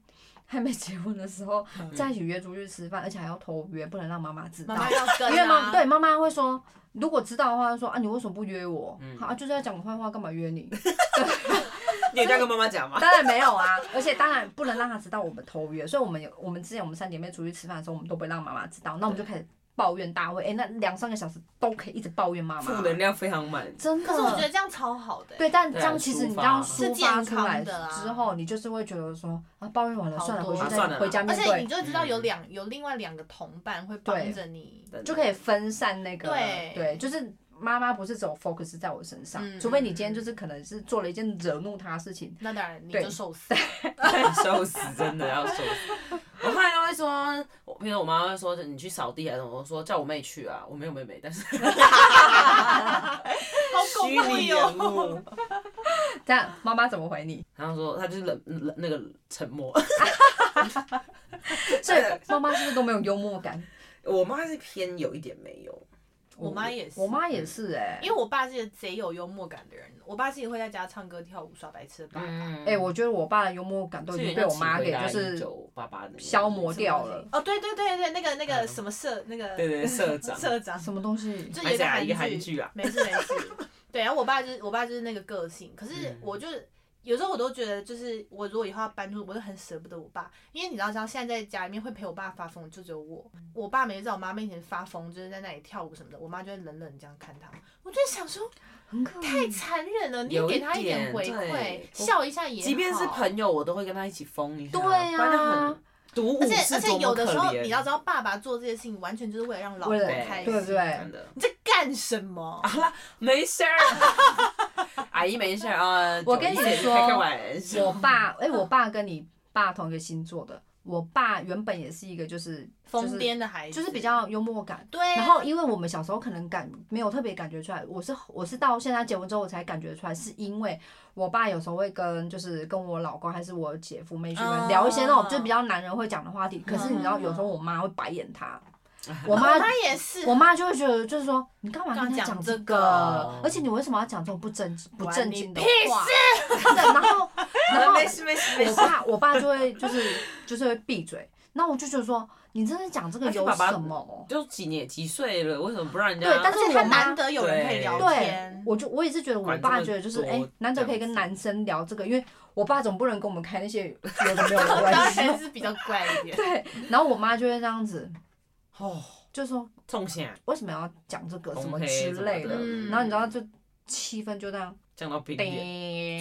[SPEAKER 2] 还没结婚的时候，
[SPEAKER 1] 嗯
[SPEAKER 2] 在一起约出去吃饭，而且还要偷约，不能让妈妈知道
[SPEAKER 3] 妈。妈要跟、啊，
[SPEAKER 2] 因为妈对妈妈会说，如果知道的话，就说啊你为什么不约我？
[SPEAKER 1] 嗯
[SPEAKER 2] 啊就是要讲我坏话，干嘛约你？
[SPEAKER 1] 你有这样跟妈妈讲吗？
[SPEAKER 2] 当然没有啊，而且当然不能让她知道我们偷约，所以我们有我们之前我们三姐妹出去吃饭的时候，我们都不会让妈妈知道，那我们就开始抱怨大会，哎、那两三个小时都可以一直抱怨妈
[SPEAKER 1] 负
[SPEAKER 2] 妈，
[SPEAKER 1] 能量非常满。
[SPEAKER 2] 真的。
[SPEAKER 3] 可是我觉得这样超好的、欸。
[SPEAKER 2] 嗯对，但这
[SPEAKER 1] 对
[SPEAKER 2] 样其实
[SPEAKER 1] 抒
[SPEAKER 2] 你这
[SPEAKER 1] 发
[SPEAKER 2] 样
[SPEAKER 1] 是
[SPEAKER 2] 抒
[SPEAKER 3] 健
[SPEAKER 2] 发出来
[SPEAKER 3] 康的啊
[SPEAKER 2] 之后，你就是会觉得说啊，抱怨完了
[SPEAKER 3] 好
[SPEAKER 2] 算了，回
[SPEAKER 3] 多
[SPEAKER 2] 去
[SPEAKER 3] 啊
[SPEAKER 2] 再
[SPEAKER 1] 算了
[SPEAKER 2] 回家
[SPEAKER 3] 而
[SPEAKER 2] 面
[SPEAKER 3] 且你
[SPEAKER 2] 对，
[SPEAKER 3] 就会知道有
[SPEAKER 1] 嗯
[SPEAKER 3] 两、有另外两个同伴会
[SPEAKER 2] 对
[SPEAKER 3] 帮着你，
[SPEAKER 2] 就可以分散那个
[SPEAKER 3] 对
[SPEAKER 2] 对，就是妈妈不是只有 focus 在我身上，
[SPEAKER 3] 嗯
[SPEAKER 2] 除非你今天就是可能是做了一件惹怒她的事情，
[SPEAKER 3] 那当然你
[SPEAKER 2] 对
[SPEAKER 3] 就受死。
[SPEAKER 1] 笑死，真的要笑死。我后来都会说，我比如我妈会说你去扫地还是什么，我说叫我妹去啊，我没有妹妹，但是
[SPEAKER 3] 好
[SPEAKER 1] 虚拟人物。
[SPEAKER 2] 这样妈妈怎么回你？
[SPEAKER 1] 然后说她就是冷冷那个沉默，
[SPEAKER 2] 所以妈妈是不是都没有幽默感？
[SPEAKER 1] 我妈是偏有一点没有，
[SPEAKER 3] 我妈也是嗯
[SPEAKER 2] 我妈也是哎、
[SPEAKER 3] 因为我爸是一个贼有幽默感的人，我爸是一个会在家唱歌跳舞耍白痴的爸爸。
[SPEAKER 1] 嗯
[SPEAKER 2] 哎、我觉得我爸的幽默感都已经被我妈给就是
[SPEAKER 1] 九八八的
[SPEAKER 2] 消磨掉了，
[SPEAKER 3] 哦，对对对对，那个那个
[SPEAKER 1] 嗯
[SPEAKER 3] 什么社那个
[SPEAKER 1] 对对对社长
[SPEAKER 3] 社长，
[SPEAKER 2] 什么东西，
[SPEAKER 3] 就
[SPEAKER 1] 还
[SPEAKER 3] 有
[SPEAKER 1] 是啊一个
[SPEAKER 3] 点
[SPEAKER 1] 韩
[SPEAKER 3] 剧，
[SPEAKER 1] 剧啊，
[SPEAKER 3] 没事没事。对，然后我爸就是我爸就是那个个性，可是
[SPEAKER 1] 嗯
[SPEAKER 3] 我就有时候我都觉得，就是我如果以后要搬出，我就很舍不得我爸，因为你知道，像现在在家里面会陪我爸发疯，就只有我。我爸每次在我妈面前发疯，就是在那里跳舞什么的，我妈就会冷冷地这样看他。我就想说，
[SPEAKER 2] 很可
[SPEAKER 3] 太残忍了，你也
[SPEAKER 1] 嗯有一
[SPEAKER 3] 给他一点
[SPEAKER 1] 点
[SPEAKER 3] 回馈
[SPEAKER 1] 对，我
[SPEAKER 3] 笑一下也好。
[SPEAKER 1] 即便是朋友，我都会跟他一起疯一下，
[SPEAKER 2] 对啊
[SPEAKER 1] 不然他很独
[SPEAKER 3] 而
[SPEAKER 1] 舞
[SPEAKER 3] 且而
[SPEAKER 1] 是
[SPEAKER 3] 且
[SPEAKER 1] 多
[SPEAKER 3] 有
[SPEAKER 1] 么
[SPEAKER 3] 的
[SPEAKER 1] 可
[SPEAKER 3] 时候，
[SPEAKER 1] 怜，
[SPEAKER 3] 你要知道，爸爸做这些事情完全就是为了让老婆
[SPEAKER 2] 为了
[SPEAKER 3] 开心。
[SPEAKER 2] 对不对
[SPEAKER 1] 真的
[SPEAKER 3] 你在干什么？
[SPEAKER 1] 啊没事儿，阿姨没事儿啊，
[SPEAKER 2] 我跟你
[SPEAKER 1] 九一
[SPEAKER 2] 说
[SPEAKER 1] 开开玩笑，
[SPEAKER 2] 我爸哎、我爸跟你爸同一个星座的，我爸原本也是一个就是
[SPEAKER 3] 疯癫的孩子
[SPEAKER 2] 就是比较幽默感。
[SPEAKER 3] 对啊。
[SPEAKER 2] 然后，因为我们小时候可能感没有特别感觉出来，我是我是到现在结婚之后我才感觉出来，是因为我爸有时候会跟就是跟我老公还是我姐夫妹去们
[SPEAKER 3] 哦嗯
[SPEAKER 2] 聊一些那种就比较男人会讲的话题，可是你知道有时候我妈会白眼他，我妈
[SPEAKER 3] 我妈也是，
[SPEAKER 2] 我妈就会觉得，就是说你干嘛跟他
[SPEAKER 3] 干
[SPEAKER 2] 讲
[SPEAKER 3] 讲
[SPEAKER 2] 这
[SPEAKER 3] 这
[SPEAKER 2] 个
[SPEAKER 1] 个？
[SPEAKER 2] 而且你为什么要讲这种不正不正经的
[SPEAKER 3] 关
[SPEAKER 2] 话？ 真的然后，然
[SPEAKER 1] 呃
[SPEAKER 2] 后
[SPEAKER 1] 没事没事没
[SPEAKER 2] 我
[SPEAKER 1] 事。
[SPEAKER 2] 爸我爸就会就是就是会闭嘴。那我就觉得说，你真的讲这个
[SPEAKER 1] 而且
[SPEAKER 2] 有
[SPEAKER 1] 爸爸
[SPEAKER 2] 什么？
[SPEAKER 1] 就几年几岁了，为什么不让人家？
[SPEAKER 2] 对但
[SPEAKER 3] 而
[SPEAKER 2] 是
[SPEAKER 3] 且
[SPEAKER 2] 我
[SPEAKER 3] 他
[SPEAKER 2] 妈
[SPEAKER 3] 难得有人可以聊
[SPEAKER 2] 对
[SPEAKER 3] 天，，
[SPEAKER 2] 我就我也是觉得我
[SPEAKER 1] 管这
[SPEAKER 2] 爸
[SPEAKER 1] 么
[SPEAKER 2] 觉得就是
[SPEAKER 1] 多
[SPEAKER 2] 哎，难得可以
[SPEAKER 1] 这样
[SPEAKER 2] 跟
[SPEAKER 1] 子
[SPEAKER 2] 男生聊这个，因为我爸总不能跟我们开那些 有的没有的
[SPEAKER 3] 当
[SPEAKER 2] 玩笑。
[SPEAKER 3] 然是比较怪一点。
[SPEAKER 2] 对， 然后我妈就会这样子，
[SPEAKER 1] 哦，
[SPEAKER 2] 就说
[SPEAKER 1] 中线
[SPEAKER 2] 为什么要讲这个什么
[SPEAKER 1] 红黑
[SPEAKER 2] 之
[SPEAKER 1] 什么
[SPEAKER 2] 类的
[SPEAKER 1] 的，
[SPEAKER 3] 嗯
[SPEAKER 2] 然后你知道就气氛就这样，
[SPEAKER 1] 降到冰点。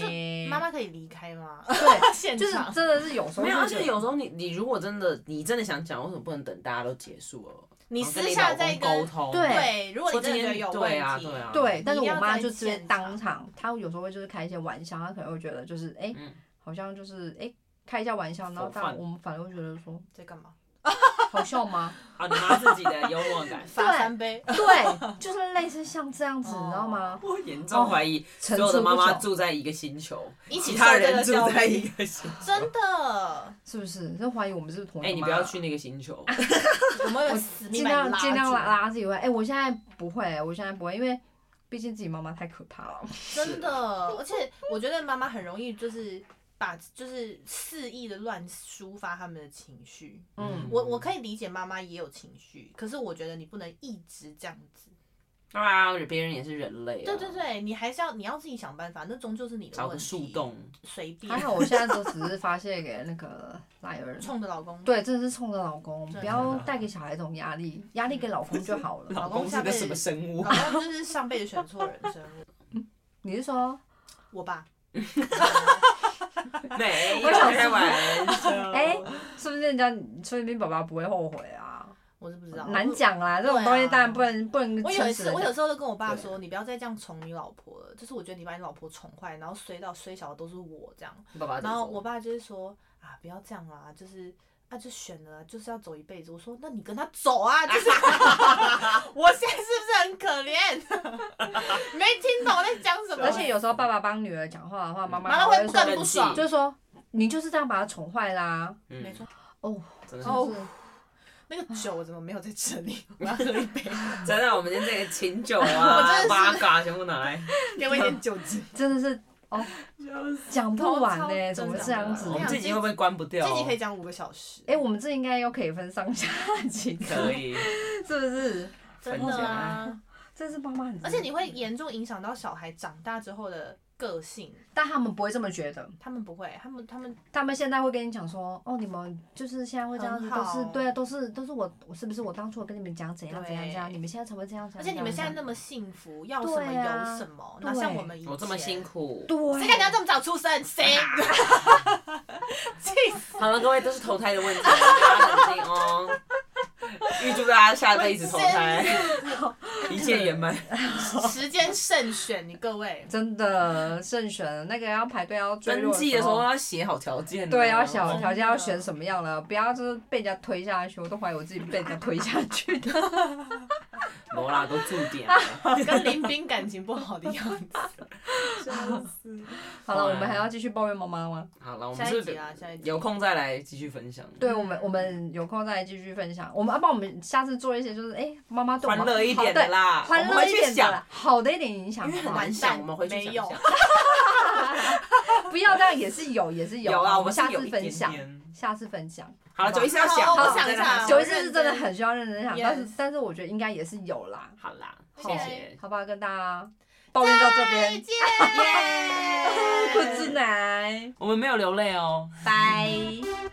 [SPEAKER 2] 叮，
[SPEAKER 3] 妈妈可以离开 吗？
[SPEAKER 2] 对，
[SPEAKER 3] 现
[SPEAKER 2] 就是
[SPEAKER 1] 哦
[SPEAKER 3] 场
[SPEAKER 2] 真的是啊有时候
[SPEAKER 1] 没有，
[SPEAKER 2] 会
[SPEAKER 1] 而
[SPEAKER 2] 觉
[SPEAKER 1] 且
[SPEAKER 2] 得
[SPEAKER 1] 有时候你你如果真的你真的想讲，为什么不能等大家都结束了？
[SPEAKER 3] 你
[SPEAKER 1] 然后跟
[SPEAKER 3] 私下
[SPEAKER 1] 老公
[SPEAKER 3] 再
[SPEAKER 1] 沟
[SPEAKER 3] 跟
[SPEAKER 1] 通，
[SPEAKER 2] 对
[SPEAKER 3] 对，如果你真的觉得有问
[SPEAKER 1] 对啊
[SPEAKER 3] 题
[SPEAKER 1] 对，啊
[SPEAKER 2] 对，但是
[SPEAKER 3] 你
[SPEAKER 2] 我
[SPEAKER 3] 要
[SPEAKER 2] 妈
[SPEAKER 3] 在
[SPEAKER 2] 就直接
[SPEAKER 3] 现
[SPEAKER 2] 当
[SPEAKER 3] 场
[SPEAKER 2] 场，她有时候会就是开一些玩笑，她可能会觉得就是哎、诶
[SPEAKER 1] 嗯
[SPEAKER 2] 好像就是哎、诶开一下玩笑，然后
[SPEAKER 1] 否
[SPEAKER 2] 但
[SPEAKER 1] 范
[SPEAKER 2] 我们反而会觉得说
[SPEAKER 3] 在干嘛？，
[SPEAKER 2] 好笑吗？
[SPEAKER 1] 啊，你妈自己的幽默感
[SPEAKER 3] 罚三杯，
[SPEAKER 2] 对，就是类似像这样子，你知道吗？
[SPEAKER 1] 我严重怀
[SPEAKER 3] 哦
[SPEAKER 1] 疑哦所
[SPEAKER 2] 层
[SPEAKER 1] 有
[SPEAKER 2] 出
[SPEAKER 1] 的妈
[SPEAKER 2] 不
[SPEAKER 1] 妈
[SPEAKER 2] 穷，
[SPEAKER 1] 住在一个星球，
[SPEAKER 3] 一起
[SPEAKER 1] 其他
[SPEAKER 3] 受这
[SPEAKER 1] 人
[SPEAKER 3] 个
[SPEAKER 1] 住
[SPEAKER 3] 教
[SPEAKER 1] 在
[SPEAKER 3] 育
[SPEAKER 1] 一个星球。
[SPEAKER 3] 真的，
[SPEAKER 2] 是不是？就怀疑我们是不是同一
[SPEAKER 1] 哎，
[SPEAKER 2] 个
[SPEAKER 1] 你
[SPEAKER 2] 妈
[SPEAKER 1] 不
[SPEAKER 2] 妈、
[SPEAKER 1] 要去那个星球，
[SPEAKER 3] 我们有死
[SPEAKER 2] 尽
[SPEAKER 3] 命把
[SPEAKER 2] 量
[SPEAKER 3] 你拉
[SPEAKER 2] 尽量
[SPEAKER 3] 住
[SPEAKER 2] 拉，拉自己回来。哎、我现在不会、我现在不会，因为毕竟自己妈妈太可怕了。
[SPEAKER 3] 真的。而且我觉得妈妈很容易就是把就是肆意的乱抒发他们的情绪。
[SPEAKER 2] 嗯
[SPEAKER 1] 嗯，
[SPEAKER 3] 我我可以理解妈妈也有情绪，可是我觉得你不能一直这样子。
[SPEAKER 1] 当然啊，别人也是人类啊，
[SPEAKER 3] 对对对，你还是要你要自己想办法，那终究是你的
[SPEAKER 1] 找
[SPEAKER 3] 问
[SPEAKER 1] 个
[SPEAKER 3] 题。
[SPEAKER 1] 树洞，
[SPEAKER 3] 随便
[SPEAKER 2] 还好我现在都只是发泄给那个赖 儿。
[SPEAKER 3] 冲着老公，
[SPEAKER 2] 对，真的是冲着老公，
[SPEAKER 3] 真的
[SPEAKER 2] 不要带给小孩这种压力，压力给老公就好 了。
[SPEAKER 1] 老
[SPEAKER 3] 公
[SPEAKER 1] 公
[SPEAKER 3] 下
[SPEAKER 1] 是个
[SPEAKER 3] 辈
[SPEAKER 1] 什
[SPEAKER 3] 子
[SPEAKER 1] 么生物？
[SPEAKER 3] 老公就是上辈子选错人生物。
[SPEAKER 2] 你是说，
[SPEAKER 3] 我 爸，
[SPEAKER 1] 没有
[SPEAKER 2] 我想
[SPEAKER 1] 开玩笑。
[SPEAKER 2] 哎、是不是人家说不定爸爸不会后悔啊？
[SPEAKER 3] 我是不知道，
[SPEAKER 2] 难
[SPEAKER 3] 我。
[SPEAKER 2] 讲啦，这种东西当然不能、不能
[SPEAKER 3] 啊我有一
[SPEAKER 2] 撑死
[SPEAKER 3] 次，
[SPEAKER 2] 人
[SPEAKER 3] 我
[SPEAKER 2] 家
[SPEAKER 3] 有时候都跟我爸
[SPEAKER 1] 对
[SPEAKER 3] 说，你不要再这样宠你老婆了，就是我觉得你把你老婆宠坏，然后衰到衰小的都是我这样。
[SPEAKER 1] 爸爸怎么说，
[SPEAKER 3] 啊然后我爸就是说啊，不要这样啦，就是啊，就选了啊，就是要走一辈子。我说那你跟他走啊，就是 我现在是不是很可怜？ 没听懂我在讲什么？
[SPEAKER 2] 而且有时候爸爸帮女儿讲话的话，妈
[SPEAKER 3] 妈妈
[SPEAKER 2] 还
[SPEAKER 3] 会
[SPEAKER 2] 会
[SPEAKER 3] 不
[SPEAKER 2] 说，
[SPEAKER 3] 更不爽，
[SPEAKER 2] 就是说你就是这样把他宠坏啦。
[SPEAKER 1] 嗯
[SPEAKER 3] 没，错，
[SPEAKER 2] 哦
[SPEAKER 1] 真的是
[SPEAKER 2] 哦，
[SPEAKER 3] 那个酒我怎么没有在这里？ 我要喝一杯，
[SPEAKER 1] 真的，我们今天这个琴 酒
[SPEAKER 3] 我真的
[SPEAKER 1] 啊、
[SPEAKER 3] 是
[SPEAKER 1] 八嘎全部 拿来，
[SPEAKER 3] 给我一点酒 精。
[SPEAKER 2] 真的是哦，讲不完呢、怎么会这样子
[SPEAKER 1] 我？们
[SPEAKER 3] 这
[SPEAKER 1] 这集会不会关不掉
[SPEAKER 3] 这集
[SPEAKER 1] 哦？
[SPEAKER 3] 可以讲五个小时，
[SPEAKER 2] 哎、我们这应该又可以分上下 集，
[SPEAKER 1] 可以，
[SPEAKER 2] 是不是？
[SPEAKER 3] 真的啊
[SPEAKER 1] 啊！
[SPEAKER 2] 这是妈妈很，
[SPEAKER 3] 而且你会严重影响到小孩长大之后的个性，
[SPEAKER 2] 但他们不会这么觉得，
[SPEAKER 3] 他们不会，他们他们
[SPEAKER 2] 他们现在会跟你讲说，哦，你们就是现在会这样子，
[SPEAKER 3] 很
[SPEAKER 2] 都
[SPEAKER 3] 好
[SPEAKER 2] 是对啊，都是都是我，我是不是我当初我跟你们讲怎样
[SPEAKER 3] 对
[SPEAKER 2] 怎样怎样，你们现在才会这样，
[SPEAKER 3] 而且你们现在那
[SPEAKER 2] 么
[SPEAKER 3] 么幸福，要什么
[SPEAKER 2] 对啊
[SPEAKER 3] 有什么，哪像我们以前
[SPEAKER 1] 我这么辛，苦。
[SPEAKER 2] 对，
[SPEAKER 3] 谁看你要这么早出生？谁？ 气死！
[SPEAKER 1] 好了，各位都是投胎的问题，大家冷静哦。预祝大家下辈子投胎， 一切圆满。
[SPEAKER 3] 时间慎选，你各位。
[SPEAKER 2] 真的慎选那个要排队要坠
[SPEAKER 1] 登
[SPEAKER 2] 落
[SPEAKER 1] 记的时候要写好条件哦，
[SPEAKER 2] 对，要小条件
[SPEAKER 3] 真的
[SPEAKER 2] 要选什么样了，不要就是被人家推下去，我都怀疑我自己被人家推下去的。
[SPEAKER 1] 罗拉都注点 了。
[SPEAKER 3] 跟林斌感情不好的样子，
[SPEAKER 2] 好了，我们还要继续抱怨妈妈吗？
[SPEAKER 1] 好 了，我们
[SPEAKER 3] 下
[SPEAKER 1] 是
[SPEAKER 3] 一
[SPEAKER 1] 不
[SPEAKER 3] 集
[SPEAKER 1] 是
[SPEAKER 3] 啊，下一集
[SPEAKER 1] 有空再来继续分享。
[SPEAKER 2] 对，我们我们有空再来继续分享。我们要啊不然我们下次做一些就是哎，妈妈对我
[SPEAKER 1] 欢
[SPEAKER 2] 们
[SPEAKER 1] 乐一点的
[SPEAKER 2] 好
[SPEAKER 1] 啦，
[SPEAKER 2] 对欢
[SPEAKER 1] 我们
[SPEAKER 2] 乐
[SPEAKER 1] 回
[SPEAKER 2] 一
[SPEAKER 1] 去
[SPEAKER 2] 点的
[SPEAKER 1] 想，
[SPEAKER 2] 啦，好的一点影响
[SPEAKER 1] 因为
[SPEAKER 2] 好
[SPEAKER 1] 很
[SPEAKER 2] 不好
[SPEAKER 1] 难想，我们回去想
[SPEAKER 3] 没
[SPEAKER 1] 一
[SPEAKER 3] 有
[SPEAKER 1] 想。
[SPEAKER 2] 不要这样，也是有也是
[SPEAKER 1] 啊，
[SPEAKER 2] 啊，
[SPEAKER 1] 我
[SPEAKER 2] 们
[SPEAKER 1] 们
[SPEAKER 2] 下
[SPEAKER 1] 是有
[SPEAKER 2] 次
[SPEAKER 1] 一
[SPEAKER 2] 分
[SPEAKER 1] 点
[SPEAKER 2] 享，
[SPEAKER 1] 点
[SPEAKER 2] 下次分享。
[SPEAKER 1] 好了，九一是要想，
[SPEAKER 3] 好
[SPEAKER 1] 好
[SPEAKER 3] 我想一下
[SPEAKER 1] 好
[SPEAKER 2] 九
[SPEAKER 3] 我
[SPEAKER 2] 一四是
[SPEAKER 3] 认
[SPEAKER 2] 真的
[SPEAKER 3] 真
[SPEAKER 2] 很需要认真想，但
[SPEAKER 3] Yes
[SPEAKER 2] 是但是我觉得应该也是有啦，
[SPEAKER 1] 好啦，谢
[SPEAKER 2] 好
[SPEAKER 1] 谢，
[SPEAKER 2] 好吧，跟大家抱怨到这
[SPEAKER 3] 再
[SPEAKER 2] 边，
[SPEAKER 3] 见，
[SPEAKER 2] 困之奶，
[SPEAKER 1] 我们没有流泪哦。
[SPEAKER 2] 拜。